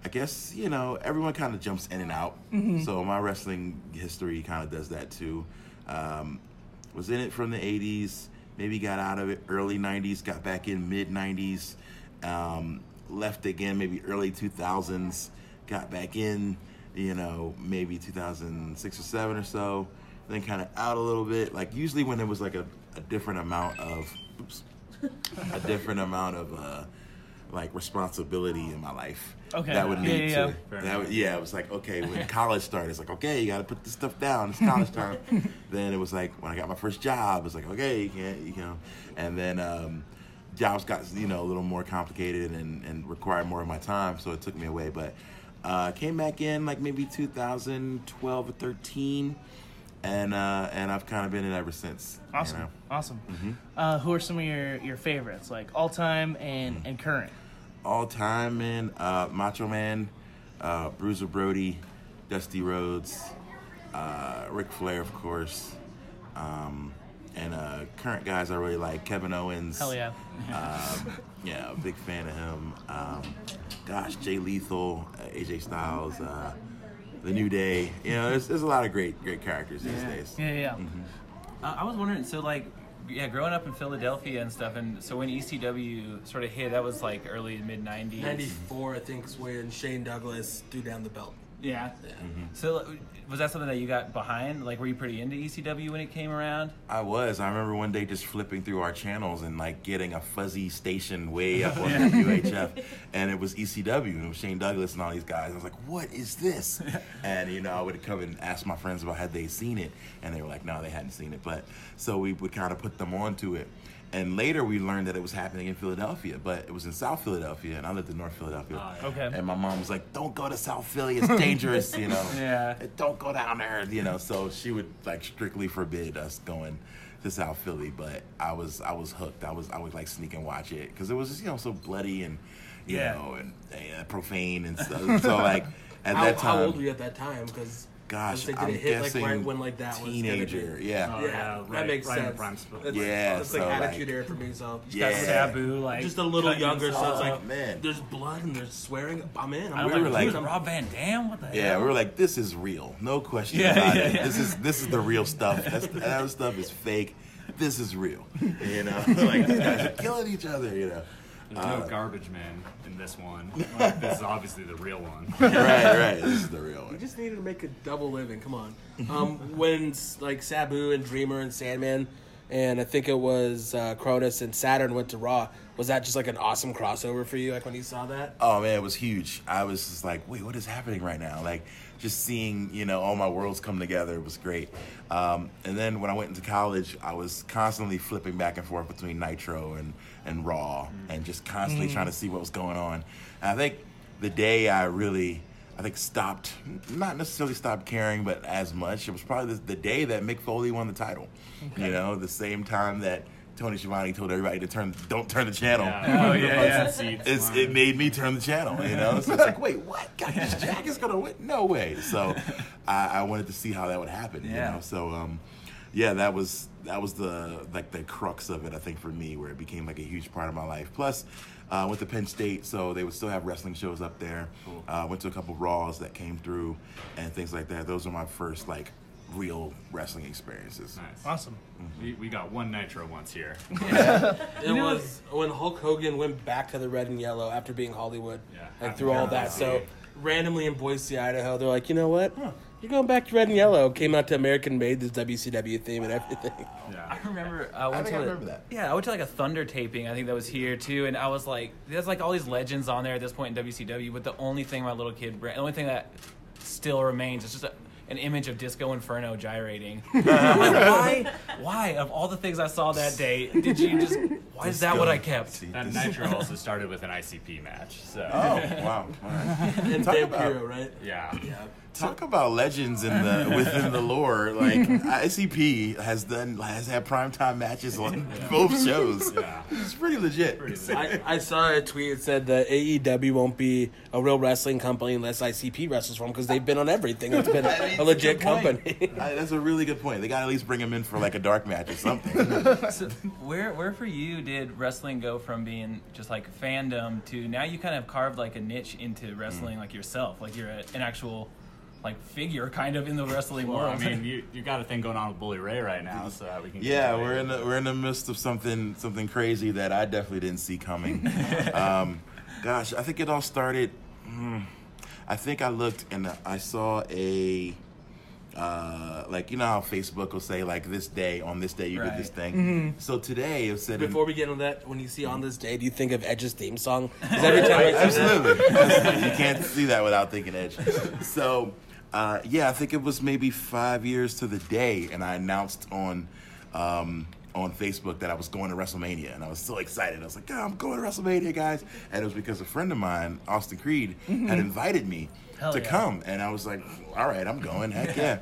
Speaker 14: I guess you know everyone kind of jumps in and out,
Speaker 12: Mhm.
Speaker 14: so my wrestling history kind of does that too. Um, was in it from the 80s maybe got out of it early 90s got back in mid 90s um, left again maybe early 2000s got back in you know maybe 2006 or 7 or so then kind of out a little bit like usually when there was like a, a different amount of oops, a different amount of uh, like responsibility in my life
Speaker 12: Okay.
Speaker 14: that would
Speaker 12: Yeah,
Speaker 14: need
Speaker 12: yeah, yeah.
Speaker 14: to
Speaker 12: Fair
Speaker 14: that would,
Speaker 12: enough.
Speaker 14: yeah it was like okay when college started it's like okay you gotta put this stuff down it's college time then it was like when I got my first job, it's like okay, you can't, you know. And then um, jobs got you know a little more complicated and, and required more of my time, so it took me away. But uh, came back in like maybe 2012 or 13, and uh, and I've kind of been in ever since. you
Speaker 3: Awesome.
Speaker 14: know.
Speaker 3: Awesome.
Speaker 14: Mhm.
Speaker 3: Uh, who are some of your, your favorites, like all time and,
Speaker 14: Mm.
Speaker 3: and current?
Speaker 14: all time man, uh, Macho Man, uh, Bruiser Brody, Dusty Rhodes, uh, Ric Flair, of course, um, and uh, current guys I really like Kevin Owens.
Speaker 3: Hell yeah.
Speaker 14: Um, yeah, a big fan of him. Um, gosh, Jay Lethal, uh, AJ Styles, uh, The New Day. You know, there's, there's a lot of great great characters these
Speaker 11: Yeah.
Speaker 14: days.
Speaker 3: Yeah, yeah.
Speaker 12: Mm-hmm.
Speaker 11: Uh, I was wondering, so like, yeah, growing up in Philadelphia and stuff, and so when ECW sort of hit, that was like early mid '90s.
Speaker 12: 94, I think, is when Shane Douglas threw down the belt.
Speaker 11: Yeah.
Speaker 12: Yeah.
Speaker 11: So like, was that something that you got behind? Like, were you pretty into ECW when it came around?
Speaker 14: I was. I remember one day just flipping through our channels and like getting a fuzzy station way up on
Speaker 12: Yeah.
Speaker 14: the UHF, and it was ECW and it was Shane Douglas and all these guys. I was like, "What is this?" And you know, I would come and ask my friends about had they seen it, and they were like, "No, they hadn't seen it." But so we would kind of put them onto it, And later we learned that it was happening in Philadelphia, but it was in South Philadelphia, and I lived in North Philadelphia.
Speaker 11: Okay.
Speaker 14: And my mom was like, "Don't go to South Philly; it's dangerous," you know.
Speaker 11: Yeah.
Speaker 14: Don't go down there, you know. So she would like strictly forbid us going to South Philly, but I was I was hooked. I was I would like sneak and watch it because it was just you know so bloody and you
Speaker 12: Yeah.
Speaker 14: know and, uh, profane and stuff. So like at
Speaker 12: how,
Speaker 14: that
Speaker 12: how
Speaker 14: time,
Speaker 12: old were you at that time? Because
Speaker 14: Gosh,
Speaker 12: did
Speaker 14: I'm
Speaker 12: it hit
Speaker 14: guessing
Speaker 12: like right when like that was gonna
Speaker 14: teenager,
Speaker 12: be-
Speaker 14: yeah. Oh,
Speaker 12: yeah,
Speaker 14: yeah,
Speaker 12: that
Speaker 14: right-
Speaker 12: makes
Speaker 14: right in
Speaker 12: sense.
Speaker 14: prime spot.
Speaker 12: It's
Speaker 14: Yeah,
Speaker 12: like, it's like
Speaker 14: so,
Speaker 12: attitude
Speaker 14: like,
Speaker 12: era for me. So just
Speaker 14: yeah.
Speaker 12: got
Speaker 14: Taboo, like,
Speaker 12: just a little
Speaker 14: cutting
Speaker 12: younger. So it's
Speaker 14: yourself
Speaker 12: like
Speaker 14: up. Man.
Speaker 12: there's blood and there's swearing. I'm in.
Speaker 14: I
Speaker 12: I'm
Speaker 14: remember, like-
Speaker 12: like,
Speaker 14: Dude,
Speaker 11: Rob Van Dam? What the
Speaker 14: Yeah, we were like, this is real, no question
Speaker 11: Yeah,
Speaker 14: about
Speaker 11: yeah,
Speaker 14: it.
Speaker 11: yeah.
Speaker 14: This is this is the real stuff. That's, that other stuff is fake. This is real. You know, like these guys are killing each other. You know,
Speaker 1: There's
Speaker 14: Uh,
Speaker 1: no garbage man in this one. Like, this is obviously the real one.
Speaker 12: We just needed to make a double living. Come on. Um, when like Sabu and Dreamer and Sandman, and I think it was uh, Cronus and Saturn went to Raw. Was that just like an awesome crossover for you? Like when you saw that?
Speaker 14: Oh man, it was huge. I was just like, wait, what is happening right now? Like, just seeing you know all my worlds come together was great. Um, and then when I went into college, I was constantly flipping back and forth between Nitro and and Raw, and just constantly
Speaker 10: Mm.
Speaker 14: trying to see what was going on. And I think the day I really, I think stopped, not necessarily stopped caring, but as much. It was probably the, the day that Mick Foley won the title. You know, the same time that. Tony Schiavone told everybody to turn, don't turn the channel.
Speaker 10: Yeah. Oh, yeah, yeah.
Speaker 14: It's, it made me turn the channel, you know? So it's like, wait, what? God, this Jack is going to win? No way. So I, I wanted to see how that would happen,
Speaker 10: Yeah.
Speaker 14: you know? So, um, yeah, that was that was the like the crux of it, I think, for me, where it became like a huge part of my life. Plus, uh, went to Penn State, so they would still have wrestling shows up there. Uh, went to a couple Raws that came through and things like that. Those were my first like real wrestling experiences.
Speaker 1: Nice.
Speaker 12: Awesome.
Speaker 1: We, we got one Nitro once here.
Speaker 12: It was when Hulk Hogan went back to the red and yellow after being Hollywood. Yeah. Like through all that. So randomly in Boise, Idaho, they're like, you know what? You're going back to red and yellow. Came out to American Made, this WCW theme and everything.
Speaker 1: Yeah.
Speaker 11: I remember. Uh, went
Speaker 12: think
Speaker 11: to
Speaker 12: I
Speaker 11: a-
Speaker 12: remember that.
Speaker 11: Yeah, I went to like a Thunder taping. I think that was here too, and I was like, there's like all these legends on there at this point in WCW. But the only thing my little kid, bra- the only thing that still remains is just a, an image of Disco Inferno gyrating. I'm like, why? Why of all the things I saw that day, did you just? Why is that what I kept?
Speaker 1: That Nitro also started with an ICP match. So.
Speaker 14: Oh, wow. All right.
Speaker 12: And
Speaker 14: Talk
Speaker 12: Vampiro,
Speaker 14: about-
Speaker 12: right?
Speaker 1: Yeah. Yeah.
Speaker 14: Talk about legends in the within the lore. Like ICP has done has had primetime matches on both shows. It's pretty legit.
Speaker 12: I, I saw a tweet that said that AEW won't be a real wrestling company unless ICP wrestles for them because they've been on everything. It's been a legit company.
Speaker 14: I- that's a really good point. They got to at least bring him in for like a dark match or something.
Speaker 11: so where where for you did wrestling go from being just like fandom to now you kind of carved like a niche into wrestling
Speaker 1: Mm.
Speaker 11: like yourself like you're a, an actual like figure kind of in the wrestling
Speaker 1: Well, I
Speaker 11: world
Speaker 1: mean, you, you got a thing going on with Bully Ray right now, so uh, we can.
Speaker 14: Yeah, we're in the we're in the midst of something something crazy that I definitely didn't see coming. um, gosh, I think it all started. mm, I think I looked and I saw a uh, like you know how Facebook will say like this day on this day you did this
Speaker 12: Right.
Speaker 14: thing. So today it said in-
Speaker 12: Mm-hmm. Before we get on that, when you see on this day, do you think of Edge's theme song? Because every time I see
Speaker 14: absolutely,
Speaker 12: that,
Speaker 14: you can't see that without thinking Edge. So, uh, yeah, I think it was maybe five years to the day, and I announced on um, on Facebook that I was going to WrestleMania, and I was so excited. I was like, "Yeah, I'm going to WrestleMania, guys!" And it was because a friend of mine, Austin Creed, had invited me
Speaker 10: Hell
Speaker 14: to
Speaker 10: yeah.
Speaker 14: come, and I was like, "All right, I'm going. Heck yeah!"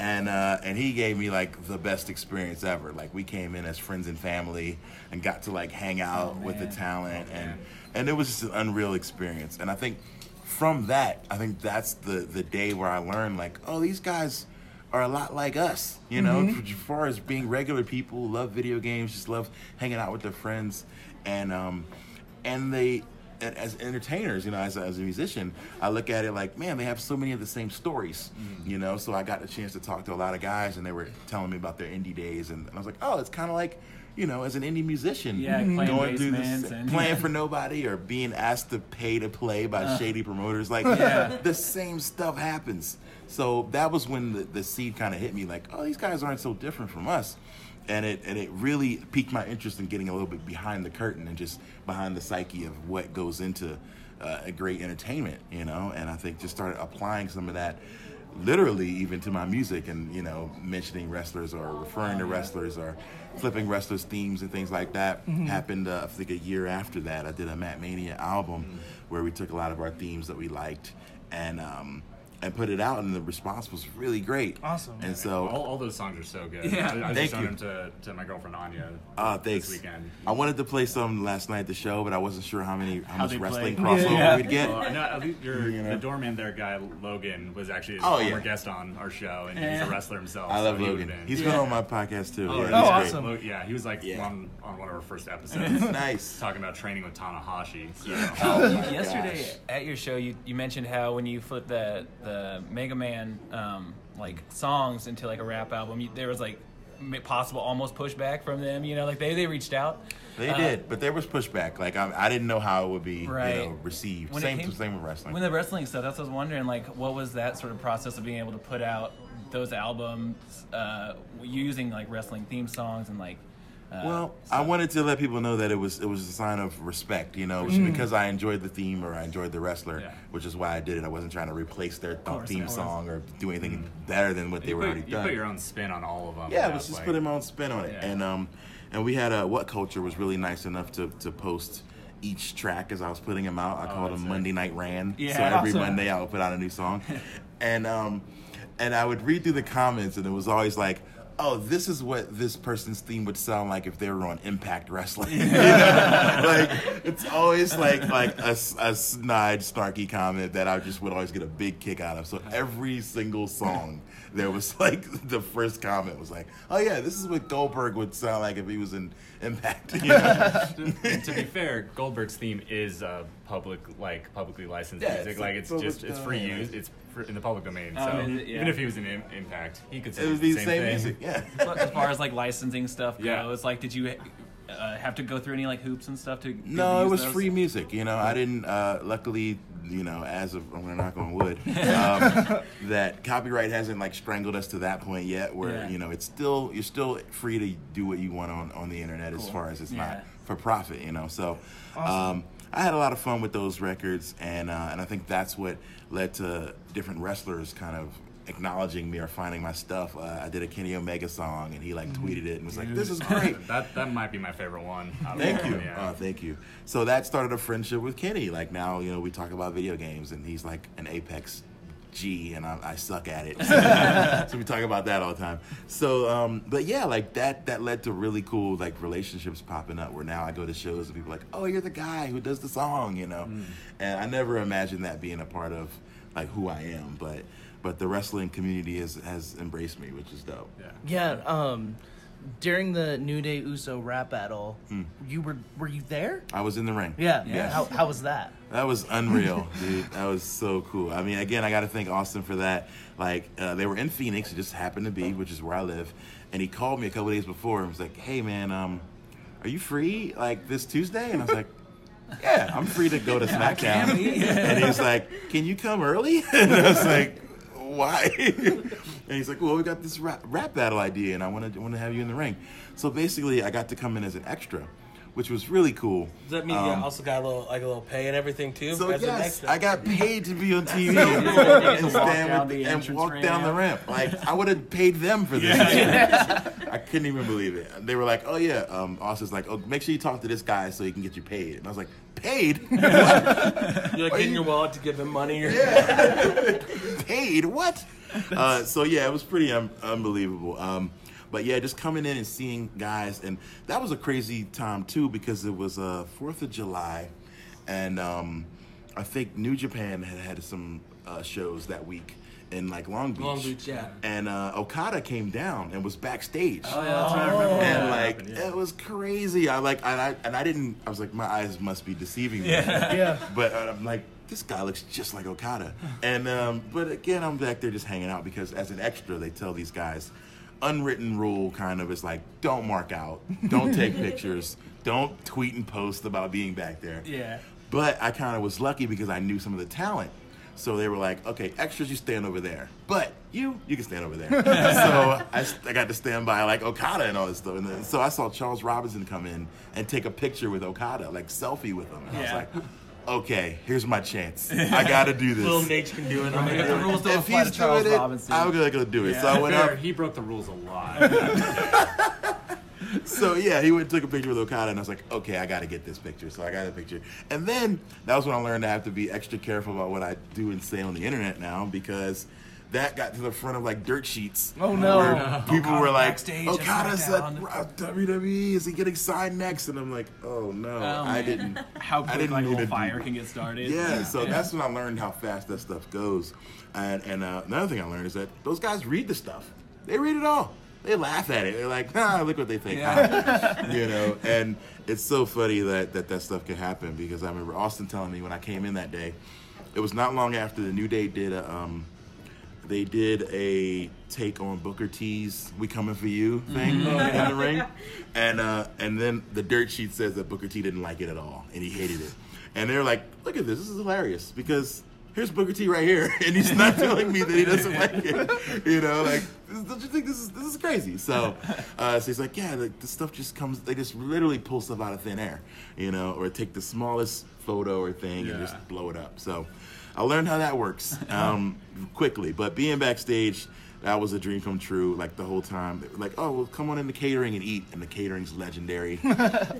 Speaker 14: and uh, and he gave me like the best experience ever. Like we came in as friends and family and got to like hang out
Speaker 10: Oh,
Speaker 14: with the talent and and it was just an unreal experience. And I think from that, I think that's the the day where I learned like, oh, these guys are a lot like us, you know,
Speaker 11: Mm-hmm.
Speaker 10: Mhm.
Speaker 14: as far as being regular people, who love video games, just love hanging out with their friends, and um, and they and as entertainers, you know, as, a- as a musician, I look at it like, man, they have so many of the same stories,
Speaker 11: Mm-hmm.
Speaker 14: you know. So I got the chance to talk to a lot of guys, and they were telling me about their indie days, and, and I was like, oh, it's kind of like, you know, as an indie musician,
Speaker 11: Yeah, playing basements
Speaker 14: this,
Speaker 11: and-
Speaker 14: playing for nobody, or being asked to pay to play by
Speaker 11: Uh.
Speaker 14: shady promoters, like
Speaker 11: Yeah.
Speaker 14: the same stuff happens. So that was when the, the seed kind of hit me, like, oh, these guys aren't so different from us. And it and it really piqued my interest in getting a little bit behind the curtain and just behind the psyche of what goes into uh, a great entertainment, you know. And I think just started applying some of that literally even to my music and you know mentioning wrestlers or
Speaker 11: Oh,
Speaker 14: referring to wrestlers or flipping wrestlers themes and things like that
Speaker 1: Mm-hmm.
Speaker 10: Mhm.
Speaker 14: happened uh, I think a year after that I did a Matt Mania album
Speaker 1: Mm-hmm.
Speaker 14: where we took a lot of our themes that we liked and um, and put it out and the response was really
Speaker 1: Oh,
Speaker 14: great
Speaker 10: Awesome.
Speaker 14: and so
Speaker 1: all, all those songs are so good.
Speaker 14: Yeah.
Speaker 1: I, I
Speaker 14: Thank
Speaker 1: just showed
Speaker 14: you.
Speaker 1: them to, to my girlfriend Anya.
Speaker 14: Ah, thanks.
Speaker 1: This weekend.
Speaker 14: I wanted to play some last night at the show, but I wasn't sure how many how,
Speaker 1: How
Speaker 14: much
Speaker 1: they
Speaker 14: wrestling
Speaker 1: play.
Speaker 14: crossover
Speaker 1: Yeah.
Speaker 14: we'd get.
Speaker 1: Well, I know, at least your,
Speaker 14: You know?
Speaker 1: The doorman there guy, Logan, was actually his
Speaker 14: Oh,
Speaker 1: former
Speaker 14: yeah.
Speaker 1: guest on our show, and he's
Speaker 14: Yeah.
Speaker 1: a wrestler himself.
Speaker 14: I
Speaker 1: so
Speaker 14: love
Speaker 1: he would've
Speaker 14: Logan.
Speaker 1: been-
Speaker 14: He's been on my podcast too.
Speaker 1: Oh,
Speaker 14: Yeah,
Speaker 1: yeah.
Speaker 14: he's great.
Speaker 1: Lo- Yeah, he was like on, on one of our first episodes.
Speaker 14: nice.
Speaker 1: Talking about training with Tanahashi. So.
Speaker 11: Oh, yesterday at your show, you, you mentioned how when you flipped the the Mega Man um, like songs into like a rap album, you, there was like m- possible almost pushback from them. You know, like they they reached out.
Speaker 14: They
Speaker 11: Uh,
Speaker 14: did, but there was pushback. Like I, I didn't know how it would be
Speaker 11: Right.
Speaker 14: you know, received.
Speaker 11: When it
Speaker 14: same
Speaker 11: came-
Speaker 14: same with wrestling.
Speaker 11: When the wrestling stuff, that's what I was wondering. Like, what was that sort of process of being able to put out those albums uh, using like wrestling theme songs and like? Uh,
Speaker 14: well, I wanted to let people know that it was it was a sign of respect, you know, it was
Speaker 11: Mm.
Speaker 14: because I enjoyed the theme or I enjoyed the wrestler, which is why I did it. I wasn't trying to replace their th-
Speaker 1: course,
Speaker 14: theme
Speaker 1: of course. Mm.
Speaker 14: song or do anything better than what they
Speaker 1: you
Speaker 14: were
Speaker 1: put,
Speaker 14: already
Speaker 1: you
Speaker 14: done.
Speaker 1: put your own spin on all of them.
Speaker 14: Yeah,
Speaker 1: and
Speaker 14: let's
Speaker 1: that's,
Speaker 14: just
Speaker 1: like-
Speaker 14: put him on spin on it.
Speaker 1: Yeah.
Speaker 14: And um, and we had a what culture was really nice enough to to post each track as I was putting them
Speaker 1: Oh,
Speaker 14: out. I called them Monday Night Ran. so
Speaker 10: Yeah,
Speaker 14: every
Speaker 10: awesome.
Speaker 14: Monday I would put out a new song, and um, and I would read through the comments, and it was always like. Oh, this is what this person's theme would sound like if they were on Impact Wrestling. You know? like it's always like like a, s- a snide, snarky comment that I just would always get a big kick out of. So every single song, there was like the first comment was like, "Oh yeah, this is what Goldberg would sound like if he was in Impact." You know?
Speaker 1: to, to be fair, Goldberg's theme is uh, public, like publicly licensed
Speaker 14: Yeah,
Speaker 1: music.
Speaker 14: it's
Speaker 1: Like
Speaker 14: a
Speaker 1: it's
Speaker 14: public
Speaker 1: just it's free
Speaker 14: domain.
Speaker 1: use. It's fr- in the public domain. So
Speaker 11: Um, and it- yeah.
Speaker 1: even if he was in Im- Impact, he could.
Speaker 11: It
Speaker 1: say
Speaker 11: would
Speaker 1: the
Speaker 11: be
Speaker 1: same,
Speaker 11: the same
Speaker 1: thing.
Speaker 11: music,
Speaker 14: yeah.
Speaker 11: But as far as like licensing stuff
Speaker 1: Yeah.
Speaker 11: goes, like, did you uh, have to go through any like hoops and stuff to? to
Speaker 14: No, it
Speaker 11: use
Speaker 14: was
Speaker 11: those?
Speaker 14: free music. You know, I didn't. Uh, luckily, you know, as of I'm gonna knock on wood, um, that copyright hasn't like strangled us to that point yet. Where
Speaker 10: Yeah.
Speaker 14: you know, it's still you're still free to do what you want on on the internet as
Speaker 10: Cool.
Speaker 14: far as it's
Speaker 10: Yeah.
Speaker 14: not for profit. You know, so
Speaker 10: Awesome.
Speaker 14: um, I had a lot of fun with those records, and uh, and I think that's what led to different wrestlers kind of. Acknowledging me or finding my stuff, uh, I did a Kenny Omega song, and he like
Speaker 10: Mm-hmm.
Speaker 14: tweeted it and was like, "This is great."
Speaker 1: that that might be my favorite one. out of
Speaker 14: Thank
Speaker 1: all of
Speaker 14: you.
Speaker 1: them, yeah.
Speaker 14: Oh, thank you. So that started a friendship with Kenny. Like now, you know, we talk about video games, and he's like an Apex G, and I, I suck at it. So, we talk about that all the time. So, um, but yeah, like that that led to really cool like relationships popping up. Where now I go to shows and people are like, oh, you're the guy who does the song, you know.
Speaker 1: Mm.
Speaker 14: And I never imagined that being a part of like who I am, but but the wrestling community has has embraced me, which is dope. Yeah.
Speaker 3: Yeah. Um, during the New Day Uso rap battle, you were were you there?
Speaker 14: I was in the ring.
Speaker 3: Yeah.
Speaker 14: Mm. Yes.
Speaker 3: How, how was that?
Speaker 14: That was unreal, dude. That was so cool. I mean, again, I got to thank Austin for that. Like, uh, they were in Phoenix. It just happened to
Speaker 10: Oh.
Speaker 14: be, which is where I live. And he called me a couple days before and was like, "Hey, man, um, are you free like this Tuesday?" And I was like, "Yeah, I'm free to go to
Speaker 10: Yeah, I
Speaker 14: SmackDown."
Speaker 10: can be.
Speaker 14: and he was like, "Can you come early?" And I was like, "Why?" and he's like, "Well, we got this rap, rap battle idea, and I want to want to have you in the ring." So basically, I got to come in as an extra, which was really cool.
Speaker 12: Does that mean you
Speaker 14: Um,
Speaker 12: also got a little like a little pay and everything too?
Speaker 14: So
Speaker 12: as an
Speaker 14: yes,
Speaker 12: extra?
Speaker 14: I got paid to be on TV
Speaker 12: so
Speaker 14: and
Speaker 12: cool.
Speaker 14: stand
Speaker 12: To walk down
Speaker 14: with
Speaker 12: the
Speaker 14: the, and
Speaker 12: entrance
Speaker 14: walk down the ramp. Like I would have paid them for this. I couldn't even believe it. They were like, "Oh yeah." Um, Austin's like, "Oh, make sure you talk to this guy so he can get you paid." And I was like, "Paid?
Speaker 12: You're like
Speaker 14: Are
Speaker 12: in
Speaker 14: you-
Speaker 12: your wallet to give him money or
Speaker 14: paid? What?" Uh, so yeah, it was pretty un- unbelievable. Um, but yeah, just coming in and seeing guys, and that was a crazy time too because it was uh, Fourth of July, and um, I think New Japan had had some uh, shows that week in like Long Beach.
Speaker 12: Long Beach, yeah.
Speaker 14: And uh, Okada came down and was backstage.
Speaker 12: Oh, yeah, that's what I remember.
Speaker 14: And
Speaker 12: Yeah.
Speaker 14: like it was crazy. I like and I and I didn't. I was like, my eyes must be deceiving me.
Speaker 10: Yeah. Yeah.
Speaker 14: But uh, I'm like, this guy looks just like Okada. And um, but again, I'm back there just hanging out because as an extra, they tell these guys unwritten rule kind of is like don't mark out, don't take pictures, don't tweet and post about being back there.
Speaker 10: Yeah.
Speaker 14: But I kind of was lucky because I knew some of the talent. So they were like, okay, extras, you stand over there. But you, you can stand over there. so I, s- I got to stand by like Okada and all this stuff. And then, so I saw Charles Robinson come in and take a picture with Okada, like selfie with him. And I was
Speaker 10: Yeah.
Speaker 14: like, okay, here's my chance. I gotta do this.
Speaker 12: Little Nate can do it. I'm gonna do it.
Speaker 14: if he's doing it, I'm gonna go do it. So I went
Speaker 15: Fair,
Speaker 14: up.
Speaker 15: He broke the rules a lot.
Speaker 14: so yeah, he went and took a picture with Okada, and I was like, okay, I got to get this picture. So I got a picture, and then that was when I learned I have to be extra careful about what I do and say on the internet now because. That got to the front of like dirt sheets.
Speaker 10: Oh, no.
Speaker 14: where
Speaker 10: No.
Speaker 14: People
Speaker 10: Okada
Speaker 14: were like,
Speaker 10: backstage at
Speaker 14: "Okada's at
Speaker 10: SmackDown."
Speaker 14: Raw WWE. E. Is he getting signed next?" And I'm like, "Oh no,
Speaker 11: Oh,
Speaker 14: I
Speaker 11: man.
Speaker 14: didn't."
Speaker 11: How
Speaker 14: I
Speaker 11: quick
Speaker 14: didn't
Speaker 11: like
Speaker 14: mean
Speaker 11: a
Speaker 14: to
Speaker 11: little
Speaker 14: do
Speaker 11: fire can get started.
Speaker 14: yeah, so that's when I learned how fast that stuff goes. And, and uh, another thing I learned is that those guys read the stuff. They read it all. They laugh at it. They're like, ah, look what they think. Ah. you know, and it's so funny that, that that stuff could happen because I remember Austin telling me when I came in that day, it was not long after the New Day did a, um, they did a take on Booker T's "We Coming for You" thing
Speaker 10: Mhm.
Speaker 14: in the ring, and uh, and then the dirt sheet says that Booker T didn't like it at all and he hated it, and they're like, "Look at this! This is hilarious because here's Booker T right here, and he's not telling me that he doesn't like it, you know, like." "This- Don't you think this is this is crazy? So, uh, so he's like, yeah, like, this stuff just comes. They just literally pull stuff out of thin air, you know, or take the smallest photo or thing and
Speaker 10: Yeah.
Speaker 14: just blow it up. So, I learned how that works um, quickly. But being backstage, that was a dream come true. Like the whole time, like, oh, well, come on into catering and eat, and the catering's legendary.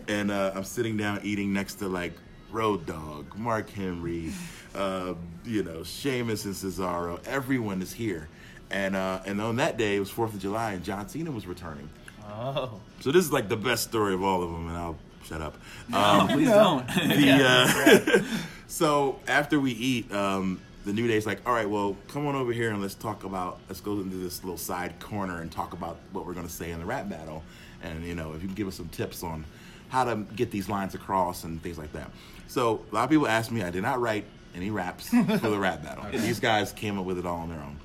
Speaker 14: and uh, I'm sitting down eating next to like Road Dog, Mark Henry, uh, you know, Sheamus and Cesaro. Everyone is here. And uh, and on that day, it was Fourth of July, and John Cena was returning.
Speaker 10: Oh.
Speaker 14: So this is like the best story of all of them, and I'll shut up. Um,
Speaker 10: No, please No. don't.
Speaker 14: the,
Speaker 10: Yeah.
Speaker 14: uh, so after we eat, um, the new day's like, all right, well, come on over here and let's talk about. Let's go into this little side corner and talk about what we're gonna say in the rap battle, and you know, if you can give us some tips on how to get these lines across and things like that. So a lot of people asked me. I did not write any raps for the rap battle.
Speaker 10: Okay.
Speaker 14: These guys came up with it all on their own.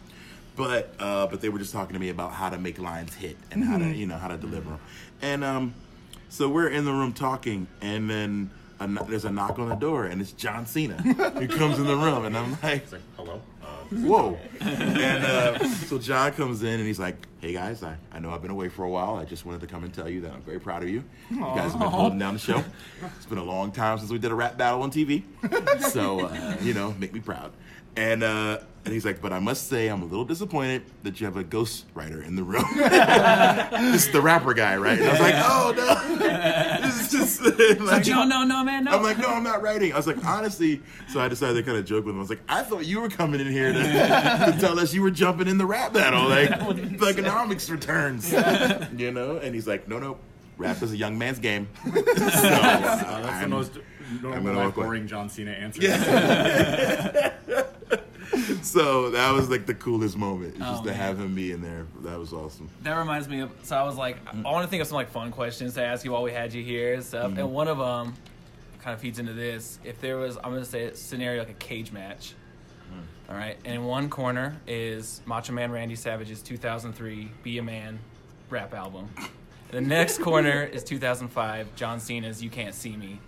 Speaker 14: But uh, but they were just talking to me about how to make lines hit and how to
Speaker 10: Mhm.
Speaker 14: you know how to deliver them. And um, so we're in the room talking, and then a, kno- there's a knock on the door, and it's John Cena who comes in the room, and I'm like,
Speaker 15: hello,
Speaker 14: whoa. and uh, so John comes in, and he's like, hey guys, I, I know I've been away for a while. I just wanted to come and tell you that I'm very proud of you. You guys have been
Speaker 10: Aw.
Speaker 14: holding down the show. It's been a long time since we did a rap battle on TV, so uh, you know, make me proud. And uh, and he's like, but I must say, I'm a little disappointed that you have a ghost writer in the room. this is the rapper guy, right? And I was like, oh no, this is just. like,
Speaker 11: no, no, no, man, no.
Speaker 14: I'm like, no, I'm not writing. I was like, honestly. So I decided to kind of joke with him. I was like, I thought you were coming in here to, to tell us you were jumping in the rap battle, like the economics returns, you know. And he's like, no, no, rap is a young man's game. so,
Speaker 15: that's
Speaker 14: I'm-
Speaker 15: the most
Speaker 14: I'm gonna
Speaker 15: normal, like,
Speaker 14: walk away.
Speaker 15: boring John Cena answer.
Speaker 14: so that was like the coolest moment, just
Speaker 11: Oh,
Speaker 14: to
Speaker 11: man.
Speaker 14: have him be in there. That was awesome.
Speaker 11: That reminds me of. So I was like, I want to think of some like fun questions to ask you while we had you here and stuff.
Speaker 14: Mhm.
Speaker 11: And one of them kind of feeds into this. If there was, I'm gonna say a scenario like a cage match. All right, and in one corner is Macho Man Randy Savage's 2003 "Be a Man" rap album. The next corner is 2005 John Cena's "You Can't See Me."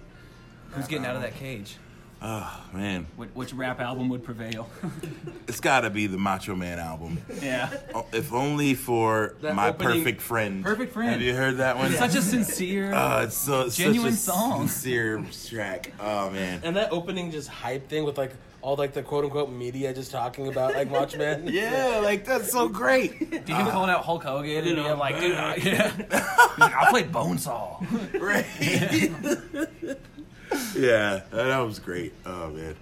Speaker 11: Who's getting out of that cage?
Speaker 14: Oh man,
Speaker 11: Which, which rap album would prevail?
Speaker 14: it's got to be the Macho Man album.
Speaker 11: yeah.
Speaker 14: Oh, If only for
Speaker 11: That
Speaker 14: my
Speaker 11: opening-
Speaker 14: perfect friend.
Speaker 11: Perfect Friend.
Speaker 14: Have you heard that one?
Speaker 11: Such a sincere,
Speaker 14: Oh, it's so such a
Speaker 12: genuine song.
Speaker 14: Sincere track. Oh man.
Speaker 12: And that opening just hype thing with like all like the quote unquote media just talking about like Watchmen.
Speaker 14: Yeah, like that's so great. Do
Speaker 11: you him calling out Hulk Hogan and being like, dude, I, yeah. I played Bonesaw.
Speaker 14: Yeah, that was great. Oh man.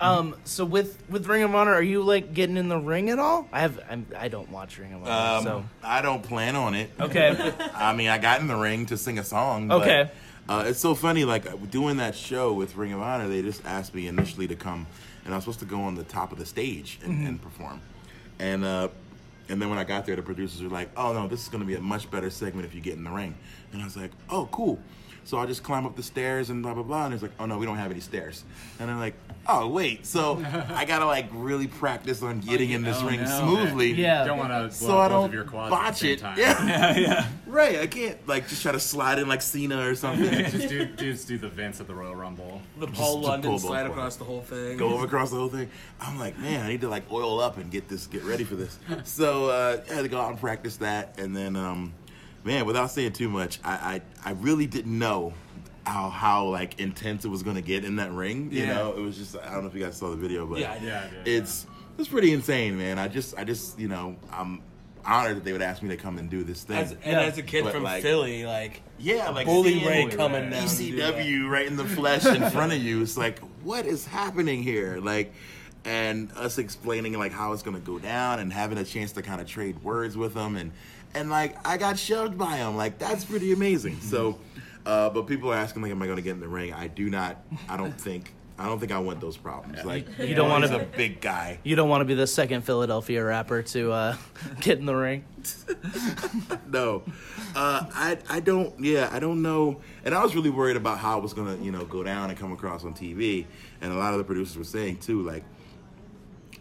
Speaker 3: Um, so with with Ring of Honor, are you like getting in the ring at all? I have I'm, I don't watch Ring of Honor,
Speaker 14: Um,
Speaker 3: so
Speaker 14: I don't plan on it.
Speaker 3: Okay.
Speaker 14: I mean, I got in the ring to sing a song. but,
Speaker 3: Okay.
Speaker 14: uh, it's so funny, like doing that show with Ring of Honor. They just asked me initially to come, and I was supposed to go on the top of the stage and,
Speaker 3: Mm-hmm.
Speaker 10: Mhm.
Speaker 14: and perform. And uh, and then when I got there, the producers were like, "Oh no, this is going to be a much better segment if you get in the ring." And I was like, "Oh, cool." So I just climb up the stairs and blah blah blah, and it's like, "Oh no, we don't have any stairs." And I'm like, "Oh wait, so I gotta like really practice on getting in this
Speaker 15: Oh,
Speaker 14: ring
Speaker 15: no.
Speaker 14: smoothly."
Speaker 15: Yeah. Don't wanna blow
Speaker 14: so
Speaker 15: up
Speaker 14: I
Speaker 15: both
Speaker 14: don't
Speaker 15: of your quads at the
Speaker 14: botch
Speaker 15: same
Speaker 14: it.
Speaker 15: time.
Speaker 14: Yeah.
Speaker 15: Yeah, yeah.
Speaker 14: Right, I can't like just try to slide in like Cena or something.
Speaker 15: just do, dudes do the Vince at the Royal Rumble.
Speaker 12: The
Speaker 14: Just-
Speaker 12: Paul
Speaker 14: just
Speaker 12: London
Speaker 14: pull both
Speaker 12: slide
Speaker 14: ways.
Speaker 12: across the whole thing.
Speaker 14: Go over across the whole thing. I'm like, man, I need to like oil up and get this, get ready for this. So uh, I had to go out and practice that, and then, um, man, without saying too much, I I, I really didn't know how how like intense it was gonna get in that ring. You
Speaker 13: Yeah.
Speaker 14: know, it was just I don't know if you guys saw the video, but
Speaker 13: Yeah, I did. Yeah, I did,
Speaker 14: it's it's pretty insane, man. I just I just you know I'm honored that they would ask me to come and do this thing.
Speaker 12: As, And as a kid
Speaker 14: But,
Speaker 12: from
Speaker 14: like,
Speaker 12: Philly, like
Speaker 14: yeah, like
Speaker 12: bully
Speaker 14: seeing
Speaker 12: Ray coming down, dude, like-
Speaker 14: ECW right in the flesh in front of you. It's like, what is happening here? Like, and us explaining like how it's gonna go down and having a chance to kind of trade words with them and and like I got shoved by him. Like that's pretty amazing. So, uh, but people are asking like, am I gonna get in the ring? I do not. I don't think. I don't think I want those problems. Like
Speaker 3: You don't want
Speaker 14: he's a
Speaker 3: to
Speaker 14: big guy.
Speaker 3: You don't want to be the second Philadelphia rapper to uh, get in the ring.
Speaker 14: no, uh, I I don't. Yeah, I don't know. And I was really worried about how it was gonna you know go down and come across on TV. And a lot of the producers were saying too, like,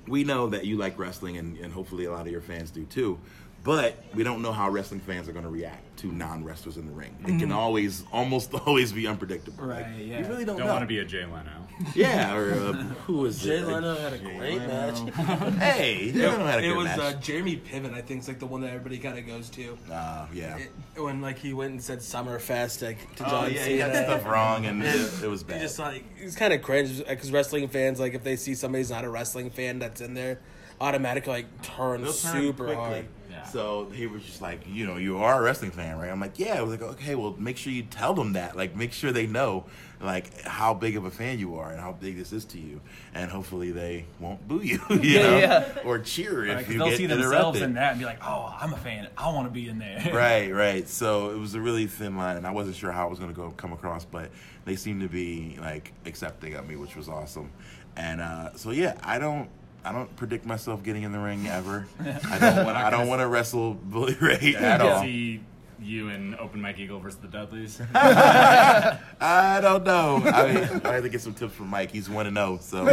Speaker 14: we know that you like wrestling, and, and hopefully a lot of your fans do too. But we don't know how wrestling fans are going to react to non wrestlers in the ring. It can
Speaker 15: Mhm.
Speaker 14: always, almost always be unpredictable. Like, You really don't,
Speaker 15: don't
Speaker 14: know.
Speaker 15: want to be a Jay Leno.
Speaker 14: Yeah, or uh, who was
Speaker 12: Jay
Speaker 14: it?
Speaker 12: Leno had a great match.
Speaker 14: Hey, Jay Leno had a
Speaker 12: it
Speaker 14: good
Speaker 12: was
Speaker 14: match.
Speaker 12: Uh, Jeremy Piven. I think is like the one that everybody kind of goes to.
Speaker 14: Uh, yeah.
Speaker 12: It- when like he went and said Summerfest like to
Speaker 14: Oh,
Speaker 12: John
Speaker 14: yeah,
Speaker 12: Cena.
Speaker 14: he got stuff wrong and it- it was
Speaker 12: He
Speaker 14: bad.
Speaker 12: just like it's kind of cringe because wrestling fans like if they see somebody's not a wrestling fan that's in there, automatically like turn
Speaker 14: They'll turn
Speaker 12: super
Speaker 14: quickly.
Speaker 12: hard.
Speaker 14: So he was just like, you know, you are a wrestling fan, right? I'm like, yeah. I was like, okay, well, make sure you tell them that. Like, make sure they know, like, how big of a fan you are and how big this is to you. And hopefully they won't boo you, you
Speaker 11: Yeah,
Speaker 14: know,
Speaker 11: yeah.
Speaker 14: or cheer
Speaker 11: Right,
Speaker 14: if
Speaker 11: 'cause
Speaker 14: you
Speaker 11: they'll
Speaker 14: get
Speaker 11: see themselves
Speaker 14: interrupted.
Speaker 11: in that and be like, "Oh, I'm a fan. I want to be in there."
Speaker 14: right, right. So it was a really thin line, and I wasn't sure how it was going to go come across, but they seemed to be like accepting of me, which was awesome. And uh, so yeah, I don't. I don't predict myself getting in the ring ever. I don't want. I don't want to wrestle Bully Ray
Speaker 15: Yeah, I
Speaker 14: at
Speaker 15: can
Speaker 14: all.
Speaker 15: See you in Open Mike Eagle versus the Dudleys.
Speaker 14: I don't know. I mean, I had to get some tips from Mike. He's one to know. So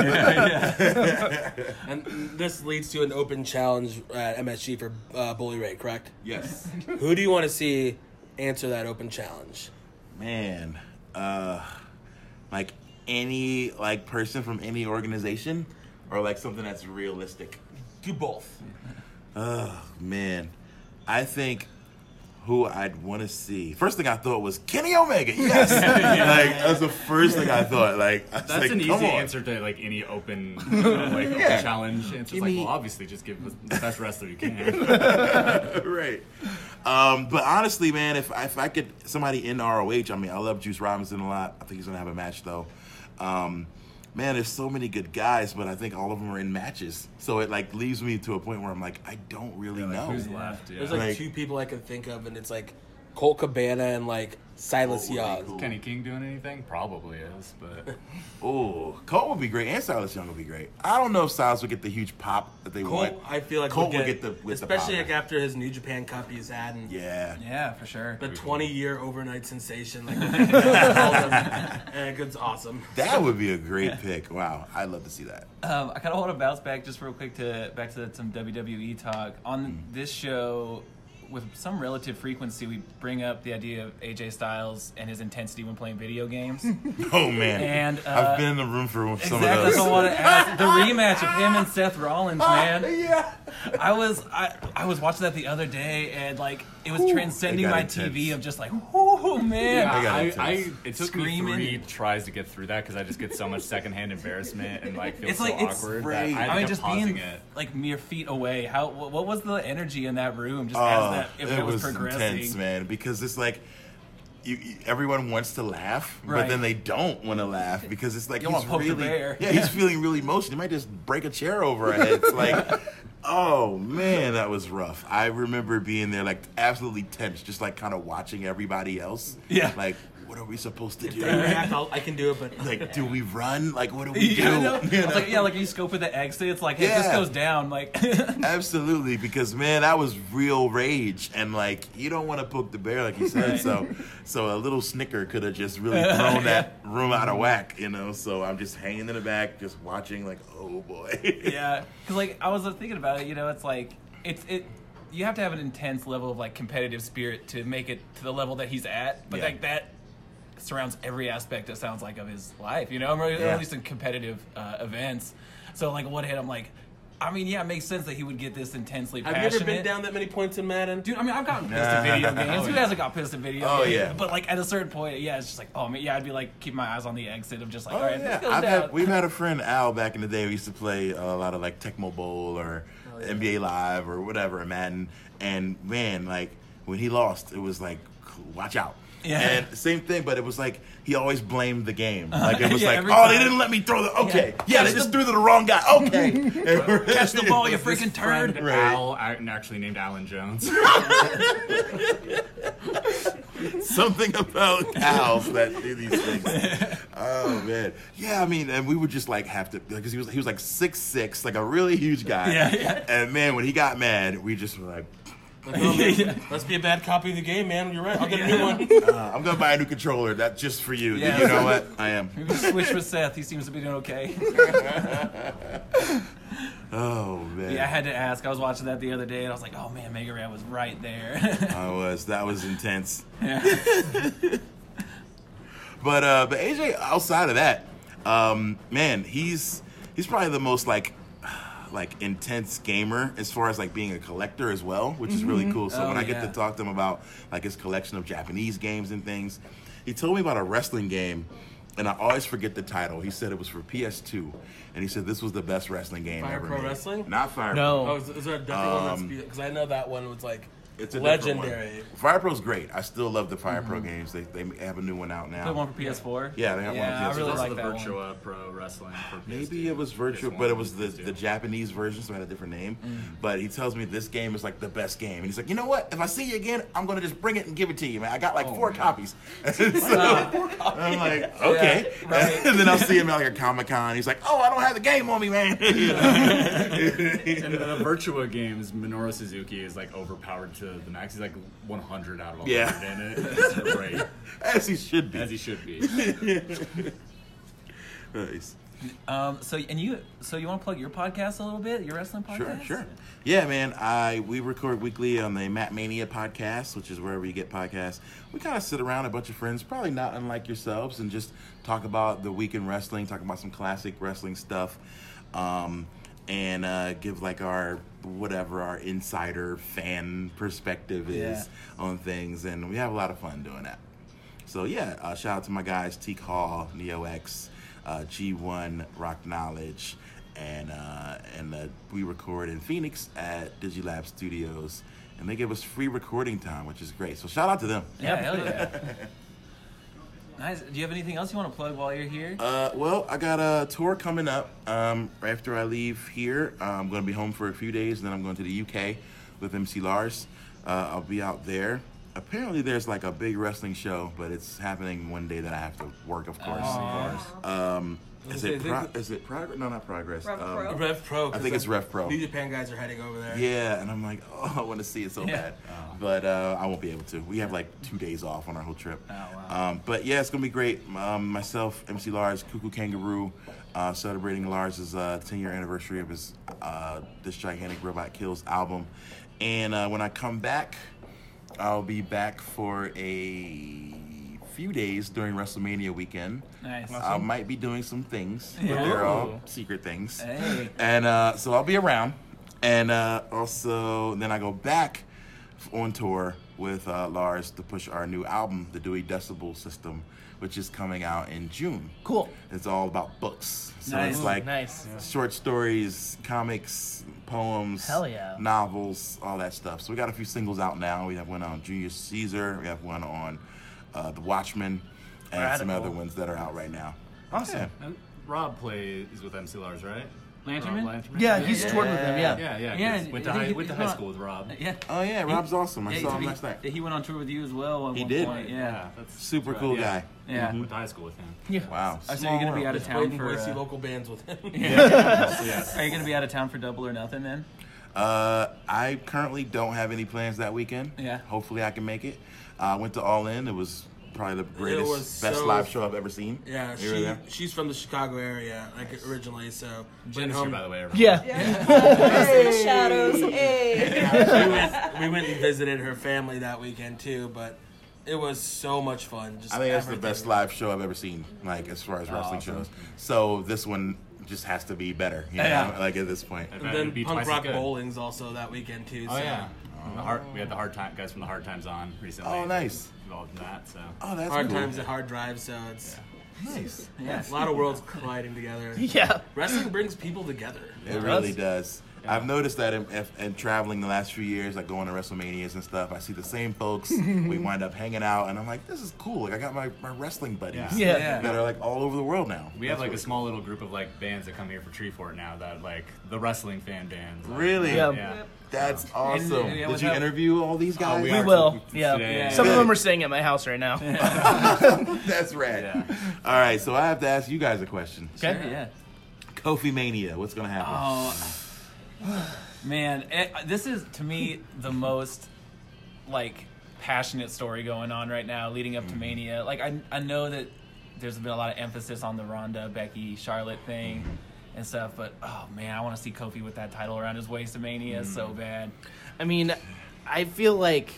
Speaker 12: and this leads to an open challenge at MSG for uh, Bully Ray, correct?
Speaker 14: Yes.
Speaker 12: Who do you want to see answer that open challenge?
Speaker 14: man, uh, like any like person from any organization, or like something that's realistic.
Speaker 12: Do both.
Speaker 14: Oh man, I think who I'd want to see. First thing I thought was Kenny Omega. Yes, like that's the first thing I thought. Like I was
Speaker 15: That's
Speaker 14: like,
Speaker 15: an easy
Speaker 14: come on.
Speaker 15: answer to like any open, you know, like open
Speaker 14: Yeah.
Speaker 15: challenge. It's
Speaker 14: Give
Speaker 15: like,
Speaker 14: me-
Speaker 15: well, obviously, just give us the best wrestler you can.
Speaker 14: right. Um, but honestly, man, if if I could somebody in ROH, I mean, I love Juice Robinson a lot. I think he's gonna have a match though. Um, man, there's so many good guys, but I think all of them are in matches, so it like leaves me to a point where I'm like, I don't really know
Speaker 12: There's like, two people I can think of, and it's like Colt Cabana and like Silas Young.
Speaker 15: Kenny King doing anything? Probably is, but
Speaker 14: Oh, Colt would be great, and Silas Young would be great. I don't know if Silas would get the huge pop that they
Speaker 12: Colt,
Speaker 14: want.
Speaker 12: I feel like
Speaker 14: Colt
Speaker 12: would
Speaker 14: would
Speaker 12: get,
Speaker 14: get, the with
Speaker 12: especially
Speaker 14: the
Speaker 12: like after his New Japan Cup he's had. And
Speaker 14: Yeah.
Speaker 11: Yeah, for sure.
Speaker 12: The 20 year overnight sensation, like and it's awesome.
Speaker 14: power. that would be a great pick. Wow, I'd love to see that.
Speaker 11: Um, I kind of want to bounce back just real quick to back to some WWE talk on
Speaker 14: Hmm.
Speaker 11: this show. With some relative frequency, we bring up the idea of AJ Styles and his intensity when playing video games.
Speaker 14: Oh man,
Speaker 11: And uh,
Speaker 14: I've been in the room for some of
Speaker 11: Exactly.
Speaker 14: those.
Speaker 11: So I want to ask the rematch of him and Seth Rollins,
Speaker 13: Ah,
Speaker 11: man.
Speaker 14: yeah.
Speaker 11: I was I, I was watching that the other day, and like it was
Speaker 15: Ooh. It
Speaker 11: transcending
Speaker 15: got
Speaker 11: my
Speaker 15: intense.
Speaker 11: TV of just like, oh man,
Speaker 15: Yeah, I, I, it took me three tries to get through that because I just get so much secondhand embarrassment and like feel
Speaker 11: It's
Speaker 15: so
Speaker 11: like it's
Speaker 15: awkward. that
Speaker 11: great.
Speaker 15: I,
Speaker 11: I, mean, just being
Speaker 15: it.
Speaker 11: like mere feet away. How what, what was the energy in that room? Just
Speaker 14: Oh,
Speaker 11: as that if it, was, progressing.
Speaker 14: intense, man, because it's like. You, you- everyone wants to laugh, but
Speaker 11: Right.
Speaker 14: then they don't want to laugh because it's like
Speaker 11: You
Speaker 14: he's
Speaker 11: wanna poke the
Speaker 14: really,
Speaker 11: bear.
Speaker 14: yeah, he's feeling really emotional. He might just break a chair over our head. It's like, oh man, that was rough. I remember being there, like absolutely tense, just like kind of watching everybody else.
Speaker 13: Yeah.
Speaker 14: like what are we supposed to do?
Speaker 12: they react, I'll- I can do it, but
Speaker 14: like, do we run? Like, what do we do?
Speaker 11: Yeah, I know.
Speaker 14: You know?
Speaker 11: I was like, yeah, like you scope of the exit. It's like, hey, if this
Speaker 14: Yeah.
Speaker 11: goes down. Like,
Speaker 14: Absolutely, because man, that was real rage, and like you don't want to poke the bear, like you said. So, so a little snicker could have just really thrown that room out of whack, you know. So I'm just hanging in the back, just watching, like, oh boy.
Speaker 11: yeah, because like I was thinking about it. You know, it's like it's it. You have to have an intense level of like competitive spirit to make it to the level that he's at. But
Speaker 14: Yeah.
Speaker 11: like that surrounds every aspect. It sounds like of his life. You know, or
Speaker 14: Yeah.
Speaker 11: at least in competitive uh, events. So like one hit, I'm like. I mean, yeah, it makes sense that he would get this intensely
Speaker 12: Have
Speaker 11: passionate.
Speaker 12: you ever been down that many points in Madden?
Speaker 11: Dude, I mean, I've gotten pissed at video games. Who hasn't got pissed at video
Speaker 12: Oh,
Speaker 11: games?
Speaker 12: yeah.
Speaker 11: But like at a certain point, yeah, it's just like, oh man, yeah, I'd be like keep my eyes on the exit of just like,
Speaker 14: Oh,
Speaker 11: all right,
Speaker 14: yeah.
Speaker 11: this goes
Speaker 14: I've
Speaker 11: down.
Speaker 14: had, we've had a friend Al back in the day. We used to play a lot of like Tecmo Bowl or
Speaker 11: Oh,
Speaker 14: NBA Live or whatever, Madden. And man, like when he lost, it was like, watch out.
Speaker 11: Yeah.
Speaker 14: And same thing, but it was like he always blamed the game. Like it was
Speaker 11: Uh-huh. Yeah,
Speaker 14: like, oh,
Speaker 11: every
Speaker 14: they
Speaker 11: time.
Speaker 14: didn't let me throw the. Okay,
Speaker 11: Yeah.
Speaker 14: yeah,
Speaker 11: Catch
Speaker 14: they just
Speaker 11: the-
Speaker 14: threw to the wrong guy. Okay, And-
Speaker 11: Catch the ball, you
Speaker 15: This
Speaker 11: freaking
Speaker 15: friend,
Speaker 11: turd.
Speaker 15: Al, I- actually named Alan Jones.
Speaker 14: something about cows that do these things. Oh man, yeah. I mean, and we would just like have to because he was he was like six six, like a really huge guy.
Speaker 12: Yeah, yeah.
Speaker 14: And man, when he got mad, we just were like, Oh,
Speaker 12: Must be a bad copy of the game, man. You're right. I'll get a new
Speaker 14: "Uh,
Speaker 12: one.
Speaker 14: I'm gonna buy a new controller. That's just for you.
Speaker 11: Yeah.
Speaker 14: You know what? I am.
Speaker 11: Maybe switch with Seth. He seems to be doing okay.
Speaker 14: Oh man.
Speaker 11: Yeah, I had to ask. I was watching that the other day, and I was like, "Oh man, Mega Man was right there."
Speaker 14: I was. That was intense.
Speaker 11: Yeah.
Speaker 14: But uh, but AJ, outside of that, um, man, he's he's probably the most like like intense gamer as far as like being a collector as well, which is really
Speaker 10: Mhm.
Speaker 14: cool. So
Speaker 10: Oh,
Speaker 14: when I get
Speaker 10: yeah.
Speaker 14: to talk to him about like his collection of Japanese games and things, he told me about a wrestling game. And I always forget the title. He said it was for PS2, and he said this was the best wrestling game
Speaker 12: Fire
Speaker 14: ever
Speaker 12: Pro
Speaker 14: made.
Speaker 12: Wrestling?
Speaker 14: Not Fire.
Speaker 12: Oh, is, is there a different one
Speaker 14: Um,
Speaker 12: that's because I know that one was like
Speaker 14: it's a different
Speaker 12: legendary.
Speaker 14: One. Fire Pro's great. I still love the Fire Pro games. They, they have a new one out now.
Speaker 11: Mm-hmm. The one for PS4?
Speaker 14: Yeah, they have
Speaker 11: Yeah, I
Speaker 14: one for PS4.
Speaker 11: really
Speaker 15: Also
Speaker 11: like
Speaker 15: the
Speaker 11: that one.
Speaker 15: Virtua Pro Wrestling. For
Speaker 14: Maybe it was virtual, but it was the, the Japanese version, so it had a different name.
Speaker 15: Mm.
Speaker 14: But he tells me this game is like the best game, and he's like, you know what? If I see you again, I'm gonna just bring it and give it to you, man. I got like
Speaker 11: Oh,
Speaker 14: four copies. And so, I'm like, okay. and then I'll see him at like a Comic Con. He's like, oh, I don't have the game on me, man. You know?
Speaker 15: and the Virtua games, Minoru Suzuki is like overpowered to the max. He's like 100 out of 100
Speaker 14: Yeah.
Speaker 15: in it. It's great.
Speaker 14: As he should be.
Speaker 15: As he should be.
Speaker 14: nice.
Speaker 11: Um, so and you, so you want to plug your podcast a little bit, your wrestling podcast?
Speaker 14: Sure, sure. Yeah, man. I we record weekly on the Matt Mania podcast, which is wherever you get podcasts. We kind of sit around a bunch of friends, probably not unlike yourselves, and just talk about the week in wrestling, talk about some classic wrestling stuff, um, and uh, give like our whatever our insider fan perspective
Speaker 10: Yeah.
Speaker 14: is on things, and we have a lot of fun doing that. So yeah, uh, shout out to my guys Teak Hall, Neo X, uh, G1, Rock Knowledge, and uh, and uh, we record in Phoenix at Digilab Studios, and they give us free recording time, which is great. So shout out to them.
Speaker 11: Yeah, hell yeah. nice. Do you have anything else you want to plug while you're here?
Speaker 14: Uh, well, I got a tour coming up um, right after I leave here. Uh, I'm going to be home for a few days, and then I'm going to the UK with MC Lars. Uh, I'll be out there. Apparently, there's like a big wrestling show, but it's happening one day that I have to work, of course.
Speaker 12: Oh. Of
Speaker 14: Um, is
Speaker 12: Is
Speaker 14: it
Speaker 12: it-
Speaker 14: pro- is it progress? No, not progress.
Speaker 12: Rev
Speaker 14: Um,
Speaker 12: Pro? Rev Pro,
Speaker 14: I
Speaker 12: 'cause
Speaker 14: think it's
Speaker 12: the
Speaker 14: Rev Pro.
Speaker 12: New Japan guys are heading over there.
Speaker 14: Yeah, and I'm like, oh, I want to see it so
Speaker 12: Yeah. Oh.
Speaker 14: bad, but uh, I won't be able to. We have like two days off on our whole trip.
Speaker 12: Oh,
Speaker 14: um, but yeah, it's gonna be great. Um, myself, MC Lars, Cuckoo Kangaroo, uh, celebrating Lars's uh, 10 year anniversary of his uh, this gigantic Robot Kills album, and uh, when I come back, I'll be back for a few days during WrestleMania weekend.
Speaker 11: Nice.
Speaker 14: I might be doing some things, but
Speaker 11: Yeah.
Speaker 14: they're
Speaker 11: Ooh.
Speaker 14: all secret things.
Speaker 11: Hey.
Speaker 14: And uh, so I'll be around. And uh, also, then I go back on tour with uh, Lars to push our new album, The Dewey Decibel System, which is coming out in June.
Speaker 3: Cool.
Speaker 14: It's all about books. So
Speaker 3: Nice.
Speaker 14: it's like
Speaker 3: Nice.
Speaker 14: short stories, comics, poems,
Speaker 3: Hell yeah.
Speaker 14: novels, all that stuff. So we got a few singles out now. We have one on Junior Caesar, we have one on uh, The Watchmen, and some
Speaker 15: Radical.
Speaker 14: other ones that are out right now. Yeah.
Speaker 15: And Rob plays with MC Lars, right?
Speaker 11: Lanterman?
Speaker 15: Rob
Speaker 11: Yeah, he's toured with him, yeah.
Speaker 15: Yeah, yeah.
Speaker 11: Yeah,
Speaker 15: 'cause Went to
Speaker 11: he-
Speaker 15: high,
Speaker 11: he-
Speaker 15: went to
Speaker 11: he's
Speaker 15: high
Speaker 11: not-
Speaker 15: school with Rob.
Speaker 11: Yeah.
Speaker 14: Oh yeah,
Speaker 11: He-
Speaker 14: Rob's awesome. I
Speaker 11: yeah,
Speaker 14: saw
Speaker 11: he-
Speaker 14: him last night.
Speaker 11: He went on tour with you as well. At
Speaker 14: He
Speaker 11: one
Speaker 14: did.
Speaker 11: Point. Yeah.
Speaker 14: Super cool guy.
Speaker 11: Yeah. Mm-hmm.
Speaker 15: Went to high school with him.
Speaker 11: Yeah.
Speaker 14: Wow.
Speaker 11: I said you're gonna be
Speaker 14: Small
Speaker 11: out of
Speaker 14: world.
Speaker 11: town for.
Speaker 12: Boise
Speaker 11: uh,
Speaker 12: local bands with him.
Speaker 11: Yeah.
Speaker 14: Yes.
Speaker 11: Are you gonna be out of town for Double or Nothing then?
Speaker 14: Uh, I currently don't have any plans that weekend.
Speaker 11: Yeah.
Speaker 14: Hopefully, I can make it. Uh, I went to All In. It was probably the greatest,
Speaker 12: was
Speaker 14: best
Speaker 12: so-
Speaker 14: live show I've ever seen.
Speaker 12: Yeah,
Speaker 14: You were
Speaker 12: she,
Speaker 14: there?
Speaker 12: she's from the Chicago area, like originally. So
Speaker 15: Jen's here, by the way, everyone.
Speaker 12: Yeah.
Speaker 15: Yeah.
Speaker 12: Hey.
Speaker 16: In the shadows, hey.
Speaker 12: Yeah, she went- we went and visited her family that weekend too, but it was so much fun. Just
Speaker 14: I think that's the
Speaker 12: everything.
Speaker 14: best live show I've ever seen, like as far as wrestling
Speaker 12: Awesome.
Speaker 14: shows. So this one just has to be better. You know?
Speaker 12: Yeah.
Speaker 14: Like at this point.
Speaker 12: And then punk rock bowling's also that weekend too.
Speaker 15: Oh
Speaker 12: so.
Speaker 15: yeah, The hard, we had the hard time guys from the hard times on recently.
Speaker 12: Oh, nice. Oh,
Speaker 15: Involved in that, so.
Speaker 14: Oh,
Speaker 12: hard times at hard drive. So it's
Speaker 14: nice.
Speaker 12: Yeah, a lot of worlds colliding together.
Speaker 14: Yeah.
Speaker 12: wrestling brings people together.
Speaker 14: It really does. I've noticed that in, if, in traveling the last few years, like going to WrestleManias and stuff, I see the same folks. we wind up hanging out, and I'm like, this is cool. Like, I got my, my wrestling buddies
Speaker 15: Yeah. Yeah.
Speaker 14: that are like all over the world now.
Speaker 15: We have
Speaker 14: That's
Speaker 15: like a small little group of like bands that come here for Tree Fort now that like the wrestling fan bands. like,
Speaker 14: Really?
Speaker 15: Yeah.
Speaker 14: That's
Speaker 15: And- and,
Speaker 14: awesome.
Speaker 15: yeah,
Speaker 14: Did you
Speaker 15: without-
Speaker 14: interview all
Speaker 15: Oh,
Speaker 14: these guys?
Speaker 3: we will. Yeah. Some of them are staying at my house right now.
Speaker 14: That's rad. All right, so I have to ask you guys a question.
Speaker 11: Okay, Sure. yeah.
Speaker 14: Kofi Mania, what's going to happen?
Speaker 11: Oh, man, it, this is to me the most like passionate story going on right now, leading up to Mania. Like I, I know that there's been a lot of emphasis on the Ronda, Becky, Charlotte thing. And stuff, but oh man, I want to see Kofi with that title around his waist of Mania so bad.
Speaker 3: I mean, I feel like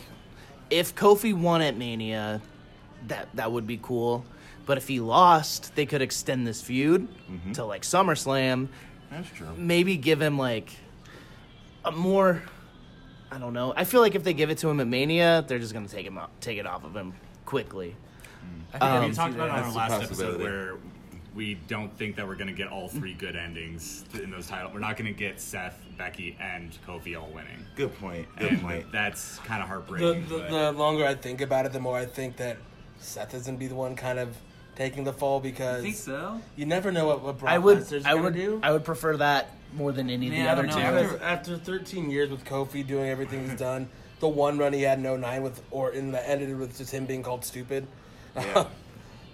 Speaker 3: if Kofi won at Mania, that that would be cool. But if he lost, they could extend this feud to like SummerSlam.
Speaker 14: Mm-hmm. That's true.
Speaker 3: Maybe give him like a more. I don't know. I feel like if they give it to him at Mania, they're just gonna take him out, take it off of him quickly.
Speaker 15: I think
Speaker 3: Um,
Speaker 15: we talked about it on our
Speaker 14: Mm. That's a
Speaker 15: last episode
Speaker 14: possibility.
Speaker 15: where we don't think that we're going to get all three good endings in those titles. We're not going to get Seth, Becky, and Kofi all winning.
Speaker 14: Good point. Good
Speaker 15: And
Speaker 14: point.
Speaker 15: That's kind of
Speaker 12: The,
Speaker 15: heartbreaking.
Speaker 12: the,
Speaker 15: but-
Speaker 12: the longer I think about it, the more I think that Seth is gonna be the one kind of taking the fall because you
Speaker 11: think so?
Speaker 12: You never know what, what Brock
Speaker 3: I would.
Speaker 12: Lesnar's
Speaker 3: I
Speaker 12: gonna
Speaker 3: would.
Speaker 12: do.
Speaker 3: I would prefer that more than any
Speaker 12: Yeah, I
Speaker 3: of the
Speaker 12: don't
Speaker 3: other two.
Speaker 12: know. After, after 13 years with Kofi doing everything he's done, the one run he had in 09 with Orton that ended with just him being called stupid.
Speaker 14: Yeah.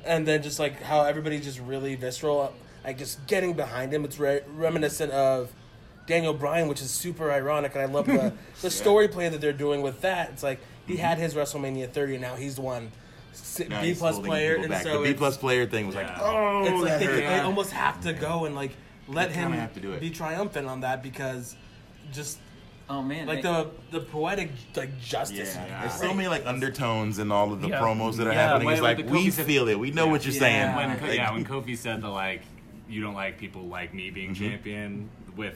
Speaker 12: and then just like how everybody's just really visceral, like just getting behind him. It's re- reminiscent of Daniel Bryan, which is super ironic. And I love the, the story play that they're doing with that. It's like he had his WrestleMania 30 and now he's the one. si-
Speaker 14: Now
Speaker 12: B
Speaker 14: he's
Speaker 12: plus
Speaker 14: holding
Speaker 12: player,
Speaker 14: people
Speaker 12: and
Speaker 14: back.
Speaker 12: so
Speaker 14: the B
Speaker 12: it's-
Speaker 14: plus player thing was like, oh,
Speaker 12: it's like
Speaker 14: that
Speaker 12: they,
Speaker 14: hurt.
Speaker 12: they almost have to go and like let
Speaker 14: They
Speaker 12: him
Speaker 14: kinda have to do it.
Speaker 12: be triumphant on that because just
Speaker 11: oh man,
Speaker 12: like
Speaker 14: they-
Speaker 12: the the poetic like justice.
Speaker 14: Yeah,
Speaker 12: is
Speaker 14: there's so
Speaker 12: great.
Speaker 14: many like undertones in all of the
Speaker 12: Yeah.
Speaker 14: promos that are
Speaker 12: Yeah,
Speaker 14: happening.
Speaker 12: when-
Speaker 14: It's like
Speaker 12: when the
Speaker 14: we
Speaker 12: Kofi said-
Speaker 14: feel it. We know
Speaker 15: Yeah.
Speaker 14: what you're saying.
Speaker 15: When,
Speaker 14: Like, Mm-hmm.
Speaker 15: yeah, when Kofi said the like, you don't like people like me being champion with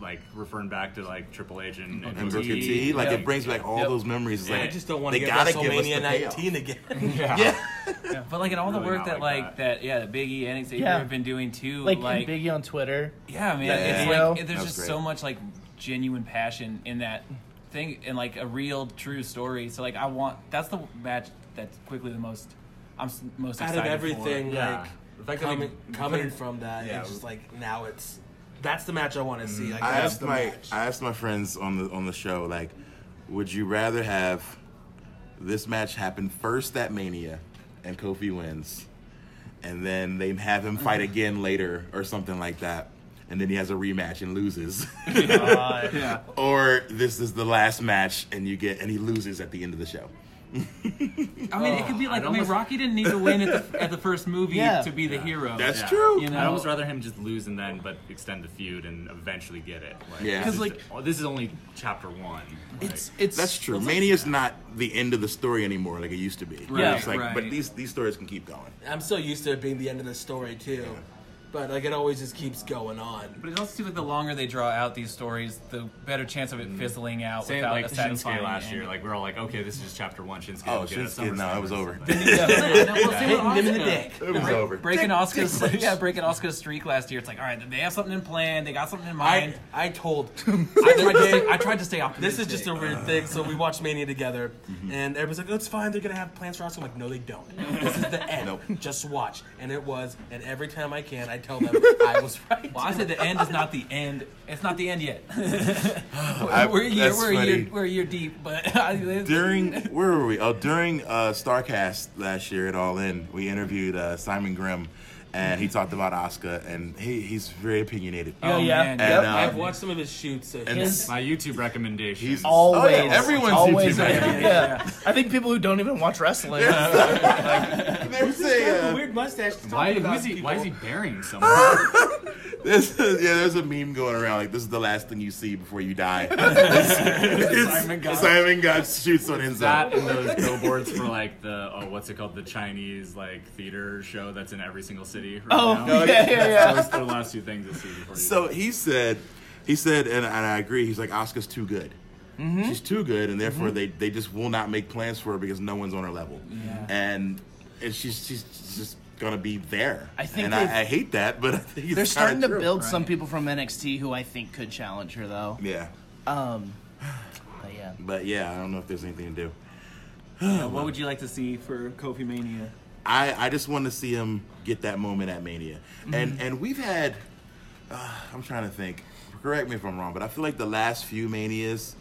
Speaker 15: like referring back to like Triple H and,
Speaker 14: And Booker T, like it brings back all
Speaker 15: Yep.
Speaker 14: those memories. It's
Speaker 15: Yeah,
Speaker 14: like,
Speaker 15: I just don't
Speaker 12: wanna
Speaker 14: they
Speaker 12: get
Speaker 14: gotta give us
Speaker 12: WrestleMania
Speaker 14: the payoff.
Speaker 12: 19 again.
Speaker 11: Yeah.
Speaker 14: Yeah.
Speaker 11: Yeah, But like in all the
Speaker 14: Really
Speaker 11: work
Speaker 14: not
Speaker 11: that
Speaker 14: like
Speaker 11: like that, yeah, the Big E and Xavier
Speaker 3: Yeah.
Speaker 11: have been doing too,
Speaker 3: like,
Speaker 11: like,
Speaker 3: and Biggie on Twitter.
Speaker 11: yeah, man,
Speaker 3: that
Speaker 11: it's
Speaker 3: video.
Speaker 11: like there's
Speaker 3: That was
Speaker 11: just
Speaker 3: great.
Speaker 11: so much like genuine passion in that thing and like a real true story. So like I want that's the match that's quickly the most I'm s- most
Speaker 12: out
Speaker 11: excited
Speaker 12: of everything,
Speaker 11: for.
Speaker 12: like coming, coming from that, it's just like now it's that's the match I want to
Speaker 11: Mm-hmm.
Speaker 12: see. Like,
Speaker 14: Mm. I
Speaker 12: that's
Speaker 14: asked
Speaker 12: the
Speaker 14: my
Speaker 12: match.
Speaker 14: I asked my friends on the on the show like, would you rather have this match happen first at Mania, and Kofi wins, and then they have him fight again later or something like that, and then he has a rematch and loses,
Speaker 11: Yeah.
Speaker 14: or this is the last match and you get and he loses at the end of the show.
Speaker 11: I mean, it could be like I mean, Rocky didn't need to win at the, at the first movie to be the hero.
Speaker 15: Yeah.
Speaker 11: You know,
Speaker 15: I'd almost rather him just lose and then, but extend the feud and eventually get it. Like,
Speaker 14: Yeah.
Speaker 15: Because
Speaker 14: 'Cause,
Speaker 15: like, oh, this is only chapter one.
Speaker 3: It's it's
Speaker 14: That's true. Mania's not the end of the story anymore like it used to be.
Speaker 12: Right,
Speaker 14: It's like,
Speaker 12: right.
Speaker 14: But these these stories can keep going.
Speaker 12: I'm so used to it being the end of the story too, but like it always just keeps going on.
Speaker 11: But it also seems like the longer they draw out these stories, the better chance of it fizzling out
Speaker 15: Mm-hmm. Same
Speaker 11: without
Speaker 15: like
Speaker 11: a satisfying
Speaker 15: Shinsuke last
Speaker 11: end.
Speaker 15: year. Like we're all like, okay, this is just chapter one. Shinsuke.
Speaker 14: Oh,
Speaker 15: will get a
Speaker 14: Shinsuke,
Speaker 15: SummerSlam
Speaker 14: no, it
Speaker 15: or
Speaker 14: was over.
Speaker 15: something.
Speaker 11: Yeah, no, well, see what
Speaker 12: Hit him in the
Speaker 11: Oscar-
Speaker 12: dick. It was
Speaker 11: break-
Speaker 12: over.
Speaker 11: Breaking
Speaker 12: Dick,
Speaker 11: Oscar's
Speaker 12: dick punch.
Speaker 11: yeah, breaking Oscar's streak last year. It's like, all right, they have something in plan. They got something in
Speaker 12: I
Speaker 11: mind.
Speaker 12: I told. I
Speaker 11: tried to stay, I tried to stay
Speaker 12: This
Speaker 11: optimistic. Mm-hmm.
Speaker 12: is just a weird thing. So we watched Mania together, and everybody's like, "Oh, it's fine. They're gonna have plans for us." I'm like, "No, they don't. This is the end. Just watch." And it was. And every time I can, I tell them I was right.
Speaker 11: Well, I said the end is not the end. It's not the end yet.
Speaker 14: I-
Speaker 11: we're, a year,
Speaker 14: that's
Speaker 11: we're, a
Speaker 14: funny.
Speaker 11: year, we're a year deep, but I,
Speaker 14: during where were we? Oh, during uh, Starcast last year at All In, we interviewed uh, Simon Grimm, and he talked about Asuka, and he, he's very opinionated.
Speaker 1: Oh,
Speaker 11: Oh,
Speaker 15: Oh,
Speaker 14: and,
Speaker 12: I've
Speaker 14: uh,
Speaker 12: watched some of his shoots.
Speaker 14: and His-
Speaker 15: my YouTube recommendation.
Speaker 14: He's
Speaker 3: Always,
Speaker 14: Oh, yeah, everyone's
Speaker 3: always.
Speaker 14: YouTube recommendation.
Speaker 3: yeah. I think people who don't even watch wrestling.
Speaker 14: There's a, uh,
Speaker 12: weird mustache.
Speaker 15: Why, who is he, why is he burying someone?
Speaker 14: This is, yeah, there's a meme going around like this is the last thing you see before you die. It's- it's-
Speaker 15: Simon Gotch.
Speaker 14: Simon Gotch shoots on inside.
Speaker 15: That and those billboards for like the oh what's it called the Chinese like theater show that's in every single city. Right
Speaker 14: Oh,
Speaker 15: now.
Speaker 14: yeah, yeah, yeah.
Speaker 15: Those are the last two things to see before you.
Speaker 14: So he said, he said, and, and I agree. He's like, Oscar's too good.
Speaker 3: Mm-hmm.
Speaker 14: She's too good, and therefore they, they just will not make plans for her because no one's on her level,
Speaker 10: Yeah.
Speaker 14: and and she's she's just gonna be there.
Speaker 3: I think
Speaker 14: and I,
Speaker 3: they've-
Speaker 14: I hate that, but I think it's
Speaker 3: They're
Speaker 14: kinda
Speaker 3: starting to
Speaker 14: true.
Speaker 3: build some people from NXT who I think could challenge her though.
Speaker 14: Yeah,
Speaker 3: Um, but yeah.
Speaker 14: but yeah, I don't know if there's anything to do.
Speaker 17: Yeah, what would you like to see for Kofi Mania?
Speaker 14: I, I just want to see him get that moment at Mania.
Speaker 10: Mm-hmm.
Speaker 14: And and we've had, uh, I'm trying to think. Correct me if I'm wrong, but I feel like the last few Manias,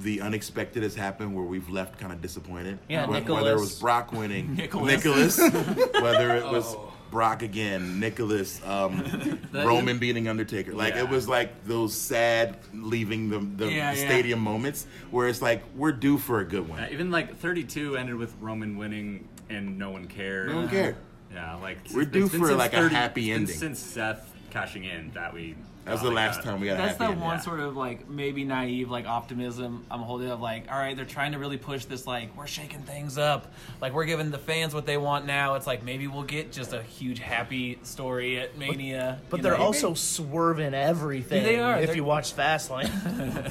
Speaker 14: the unexpected has happened where we've left kind of disappointed.
Speaker 10: Yeah,
Speaker 14: Wh- Whether it was
Speaker 10: Nicholas.
Speaker 14: Brock winning,
Speaker 10: Nicholas. Oh.
Speaker 14: Nicholas, whether it was Brock again, Nicholas, um,
Speaker 10: That-
Speaker 14: Roman beating Undertaker. Like
Speaker 10: Yeah.
Speaker 14: it was like those sad leaving the, the,
Speaker 15: Yeah,
Speaker 14: the
Speaker 15: yeah.
Speaker 14: stadium moments where it's like we're due for a good one.
Speaker 15: Uh, even like 32 ended with Roman winning and no one cared.
Speaker 14: No one cared.
Speaker 15: Yeah, like
Speaker 14: We're
Speaker 15: it's
Speaker 14: due
Speaker 15: been
Speaker 14: for,
Speaker 15: since
Speaker 14: like, a happy
Speaker 15: it's been
Speaker 14: ending.
Speaker 15: Since Seth cashing in that we
Speaker 14: That was
Speaker 15: oh
Speaker 14: the
Speaker 15: my
Speaker 14: last
Speaker 15: God.
Speaker 14: time we got a
Speaker 11: That's
Speaker 14: happy
Speaker 11: that
Speaker 14: ending.
Speaker 11: one sort of like maybe naive like optimism I'm holding of like all right they're trying to really push this like we're shaking things up like we're giving the fans what they want now it's like maybe we'll get just a huge happy story at Mania
Speaker 3: But
Speaker 11: you
Speaker 3: they're
Speaker 11: know?
Speaker 3: also swerving everything.
Speaker 11: They are,
Speaker 3: If
Speaker 11: they're-
Speaker 3: you watch Fastlane.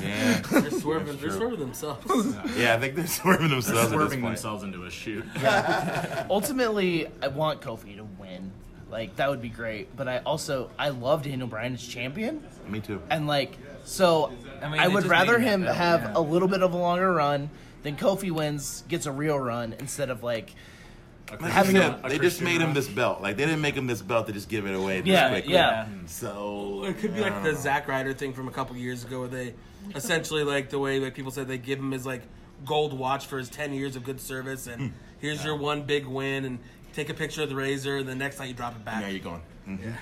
Speaker 14: Yeah.
Speaker 12: They're swerving. They're
Speaker 14: true.
Speaker 12: swerving themselves.
Speaker 14: Yeah, I think they're swerving themselves. at this
Speaker 15: swerving
Speaker 14: point.
Speaker 15: themselves into a shoot.
Speaker 3: Ultimately, I want Kofi to win. Like that would be great. But I also I love Daniel Bryan as champion.
Speaker 14: Me too.
Speaker 3: And like so, I,
Speaker 11: I mean, they
Speaker 3: would
Speaker 11: just
Speaker 3: rather
Speaker 11: made that
Speaker 3: him
Speaker 11: belt,
Speaker 3: have
Speaker 11: yeah.
Speaker 3: a little bit of a longer run. Then Kofi wins, gets a real run instead of like
Speaker 14: Like
Speaker 3: having
Speaker 14: you
Speaker 3: a,
Speaker 14: said, they just made him this belt. Like they didn't make him this belt to just give it away. This
Speaker 3: Yeah,
Speaker 14: quickly. Hmm.
Speaker 3: yeah.
Speaker 14: So
Speaker 12: It could be
Speaker 14: I
Speaker 12: like
Speaker 14: don't
Speaker 12: the
Speaker 14: know.
Speaker 12: Zack Ryder thing from a couple years ago, where they essentially like the way like people said they give him his like gold watch for his ten years of good service,
Speaker 14: Hmm.
Speaker 12: and here's your one big win, and take a picture of the razor, and the next night you drop it back.
Speaker 14: Now you're gone. Mhm.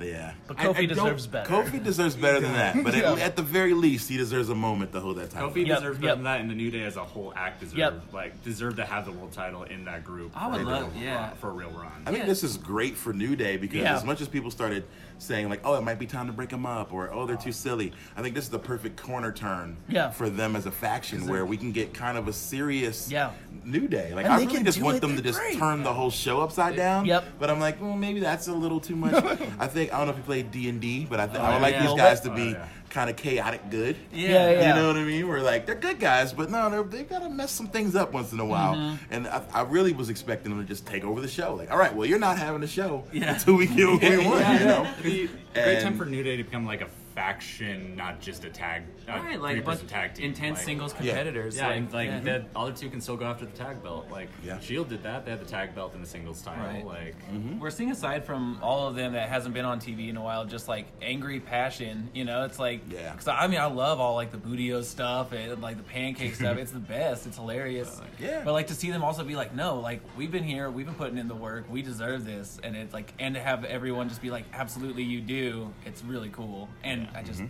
Speaker 14: Yeah.
Speaker 12: But Kofi deserves better.
Speaker 14: Kofi deserves better than that. But at,
Speaker 12: Yeah.
Speaker 14: at the very least, he deserves a moment to hold that title.
Speaker 15: Kofi deserves better than that, and the New Day as a whole act deserve like deserve to have the world title in that group.
Speaker 11: I would
Speaker 14: They
Speaker 11: love
Speaker 14: do.
Speaker 11: yeah
Speaker 15: for a real run.
Speaker 14: I think this is great for New Day because
Speaker 11: Yeah.
Speaker 14: as much as people started saying like, "Oh, it might be time to break them up," or "Oh, they're too silly," I think this is the perfect corner turn
Speaker 10: Yeah.
Speaker 14: for them as a faction where we can get kind of a serious
Speaker 10: Yeah.
Speaker 14: New Day. Like
Speaker 10: And
Speaker 14: I
Speaker 10: they
Speaker 14: really
Speaker 10: can
Speaker 14: just
Speaker 10: do
Speaker 14: want
Speaker 10: it,
Speaker 14: them to
Speaker 10: they're
Speaker 14: just
Speaker 10: great.
Speaker 14: turn the whole show upside down. Yep. But I'm like, well, maybe that's a little too much. I think I don't know if you played D and D, but I, th-
Speaker 10: Oh,
Speaker 14: I would like
Speaker 10: yeah.
Speaker 14: these
Speaker 10: Oh,
Speaker 14: guys to
Speaker 10: yeah.
Speaker 14: be kind of chaotic good.
Speaker 10: Yeah, yeah.
Speaker 14: You know what I mean? We're like, they're good guys, but no, they're, they gotta mess some things up once in a while.
Speaker 10: Mhm.
Speaker 15: Mm-hmm.
Speaker 14: And I, I really was expecting them to just take over the show. Like, all right, well, you're not having a show
Speaker 10: Yeah.
Speaker 14: until we get what we
Speaker 15: Yeah,
Speaker 14: want,
Speaker 15: yeah,
Speaker 14: you know?
Speaker 15: It'd be a great time
Speaker 14: And-
Speaker 15: for New Day to become like a faction, not just a tag. A
Speaker 11: Right, like,
Speaker 15: three-person
Speaker 11: but
Speaker 15: tag team.
Speaker 11: intense
Speaker 15: like-
Speaker 11: singles Yeah. competitors,
Speaker 15: Yeah,
Speaker 11: like-
Speaker 15: and like
Speaker 11: yeah.
Speaker 15: the other two can still go after the tag belt. Like Shield E did that; they had the tag belt in the singles title.
Speaker 11: Right.
Speaker 15: Like
Speaker 11: We're seeing aside from all of them that hasn't been on TV in a while, just like angry passion. You know, it's like yeah. Because I mean, I love all like the Budio stuff and like the pancake stuff. It's the best. It's hilarious.
Speaker 10: yeah.
Speaker 11: But like to see them also be like, no, like we've been here, we've been putting in the work, we deserve this, and it's like, and to have everyone just be like, absolutely, you do. It's really cool, and I just,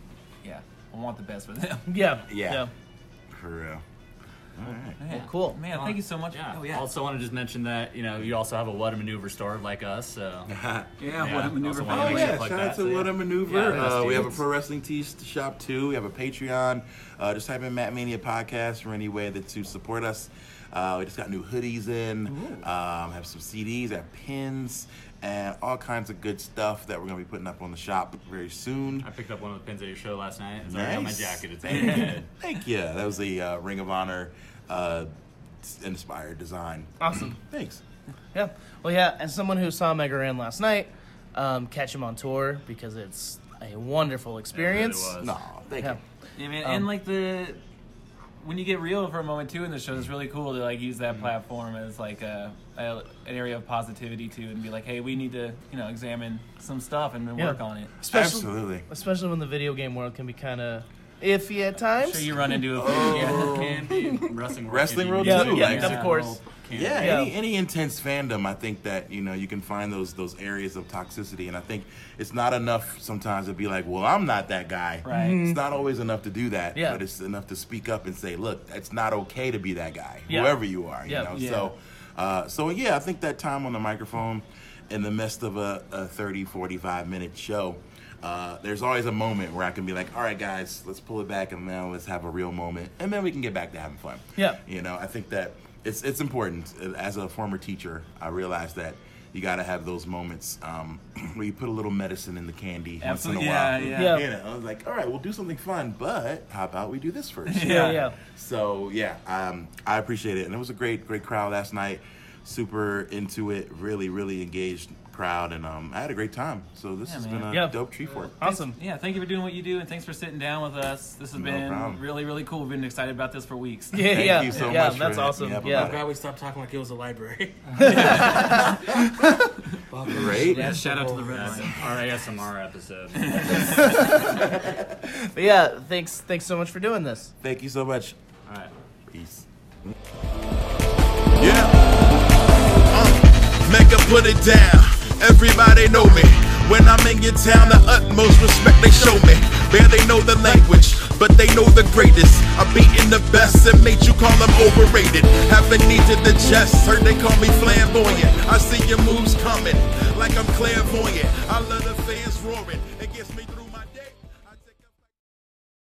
Speaker 11: yeah, I want the best for them.
Speaker 3: Yeah.
Speaker 14: Yeah. For real. All right.
Speaker 3: cool,
Speaker 11: man. Thank you so much. Oh, yeah.
Speaker 15: Also, want to just mention that you know you also have a What a Maneuver store like us. So yeah,
Speaker 14: What a
Speaker 15: also
Speaker 14: Maneuver.
Speaker 15: wanted to
Speaker 14: Oh,
Speaker 15: make
Speaker 14: yeah,
Speaker 15: sure to plug
Speaker 14: shout
Speaker 15: that,
Speaker 14: out to
Speaker 15: so, yeah.
Speaker 14: What a Maneuver.
Speaker 15: Yeah,
Speaker 14: uh, we have a
Speaker 15: dudes.
Speaker 14: pro wrestling tee shop too. We have a Patreon. Uh, just type in Matt Mania Podcast for any way that to support us. Uh, we just got new hoodies in. Um, have some CDs, have pins, and all kinds of good stuff that we're gonna be putting up on the shop very soon.
Speaker 15: I picked up one of the pins at your show last night. It's already on my
Speaker 14: Nice.
Speaker 15: jacket. It's
Speaker 14: Thank
Speaker 15: already
Speaker 14: you. Thank you. That was the uh, Ring of Honor uh, inspired design.
Speaker 3: Awesome.
Speaker 14: Thanks.
Speaker 3: Yeah. Well, yeah. As someone who saw Megaran last night, um, catch him on tour because it's a wonderful experience.
Speaker 11: was.
Speaker 14: Aw, thank
Speaker 3: Yeah.
Speaker 14: you.
Speaker 11: Yeah, man,
Speaker 3: Um,
Speaker 11: and like the when you get real for a moment too in the show, it's really cool to like use
Speaker 14: Mm-hmm.
Speaker 11: that platform as like a, a an area of positivity too, and be like, hey, we need to you know examine some stuff and then
Speaker 3: Yeah.
Speaker 11: work on it.
Speaker 3: Especially, Especially when the video game world can be kind of iffy at times.
Speaker 11: sure you run into a can be wrestling world
Speaker 14: Oh. wrestling
Speaker 11: can
Speaker 14: world
Speaker 11: be-
Speaker 14: too.
Speaker 3: yeah,
Speaker 14: like,
Speaker 3: of course.
Speaker 14: Yeah,
Speaker 3: Yeah.
Speaker 14: Any, any intense fandom, I think that you know you can find those those areas of toxicity, and I think it's not enough sometimes to be like, well, I'm not that guy.
Speaker 10: Right. Mhm.
Speaker 14: It's not always enough to do that.
Speaker 10: Yeah.
Speaker 14: But it's enough to speak up and say, look, it's not okay to be that guy,
Speaker 10: Yeah.
Speaker 14: whoever you are. You
Speaker 10: Yeah.
Speaker 14: know.
Speaker 10: Yeah.
Speaker 14: So, uh, so yeah, I think that time on the microphone. in the midst of a, a 30, 45 minute show, uh, there's always a moment where I can be like, all right, guys, let's pull it back and now let's have a real moment. And then we can get back to having fun.
Speaker 17: Yeah.
Speaker 14: You know, I think that it's, it's important. As a former teacher, I realized that you got to have those moments um, where you put a little medicine in the candy
Speaker 17: Absolutely.
Speaker 14: once in a while.
Speaker 17: Yeah, yeah. Yeah.
Speaker 14: You know, I was like, all right, we'll do something fun, but how about we do this first?
Speaker 17: Yeah, yeah.
Speaker 14: So yeah, um, I appreciate it, and it was a great, great crowd last night. Super into it, really, really engaged crowd, and um, I had a great time. So this
Speaker 11: Yeah,
Speaker 14: has
Speaker 11: man.
Speaker 14: been a
Speaker 11: Yeah.
Speaker 14: dope treat for it.
Speaker 11: Awesome. Yeah, thank you for doing what you do, and thanks for sitting down with us. This has
Speaker 14: No
Speaker 11: been
Speaker 14: problem.
Speaker 11: really, really cool. We've been excited about this for weeks.
Speaker 14: Yeah, Thank yeah, you so yeah, much that's for awesome.
Speaker 11: Yeah,
Speaker 14: having me up
Speaker 12: I'm glad we stopped talking like it was a library.
Speaker 14: Right?
Speaker 11: Yeah, shout out to the
Speaker 12: Red
Speaker 15: That's
Speaker 12: Line.
Speaker 15: Our ASMR episode.
Speaker 3: But yeah, thanks thanks so much for doing this.
Speaker 14: Thank you so much.
Speaker 15: All right.
Speaker 14: Peace.
Speaker 13: Make 'em put it down. Everybody know me. When I'm in your town, the utmost respect they show me. Man, they know the language, but they know the greatest. I'm beating the best and made you call them overrated. Haven't needed the chest, heard they call me flamboyant. I see your moves coming like I'm clairvoyant. I love the fans roaring. It gets me through my.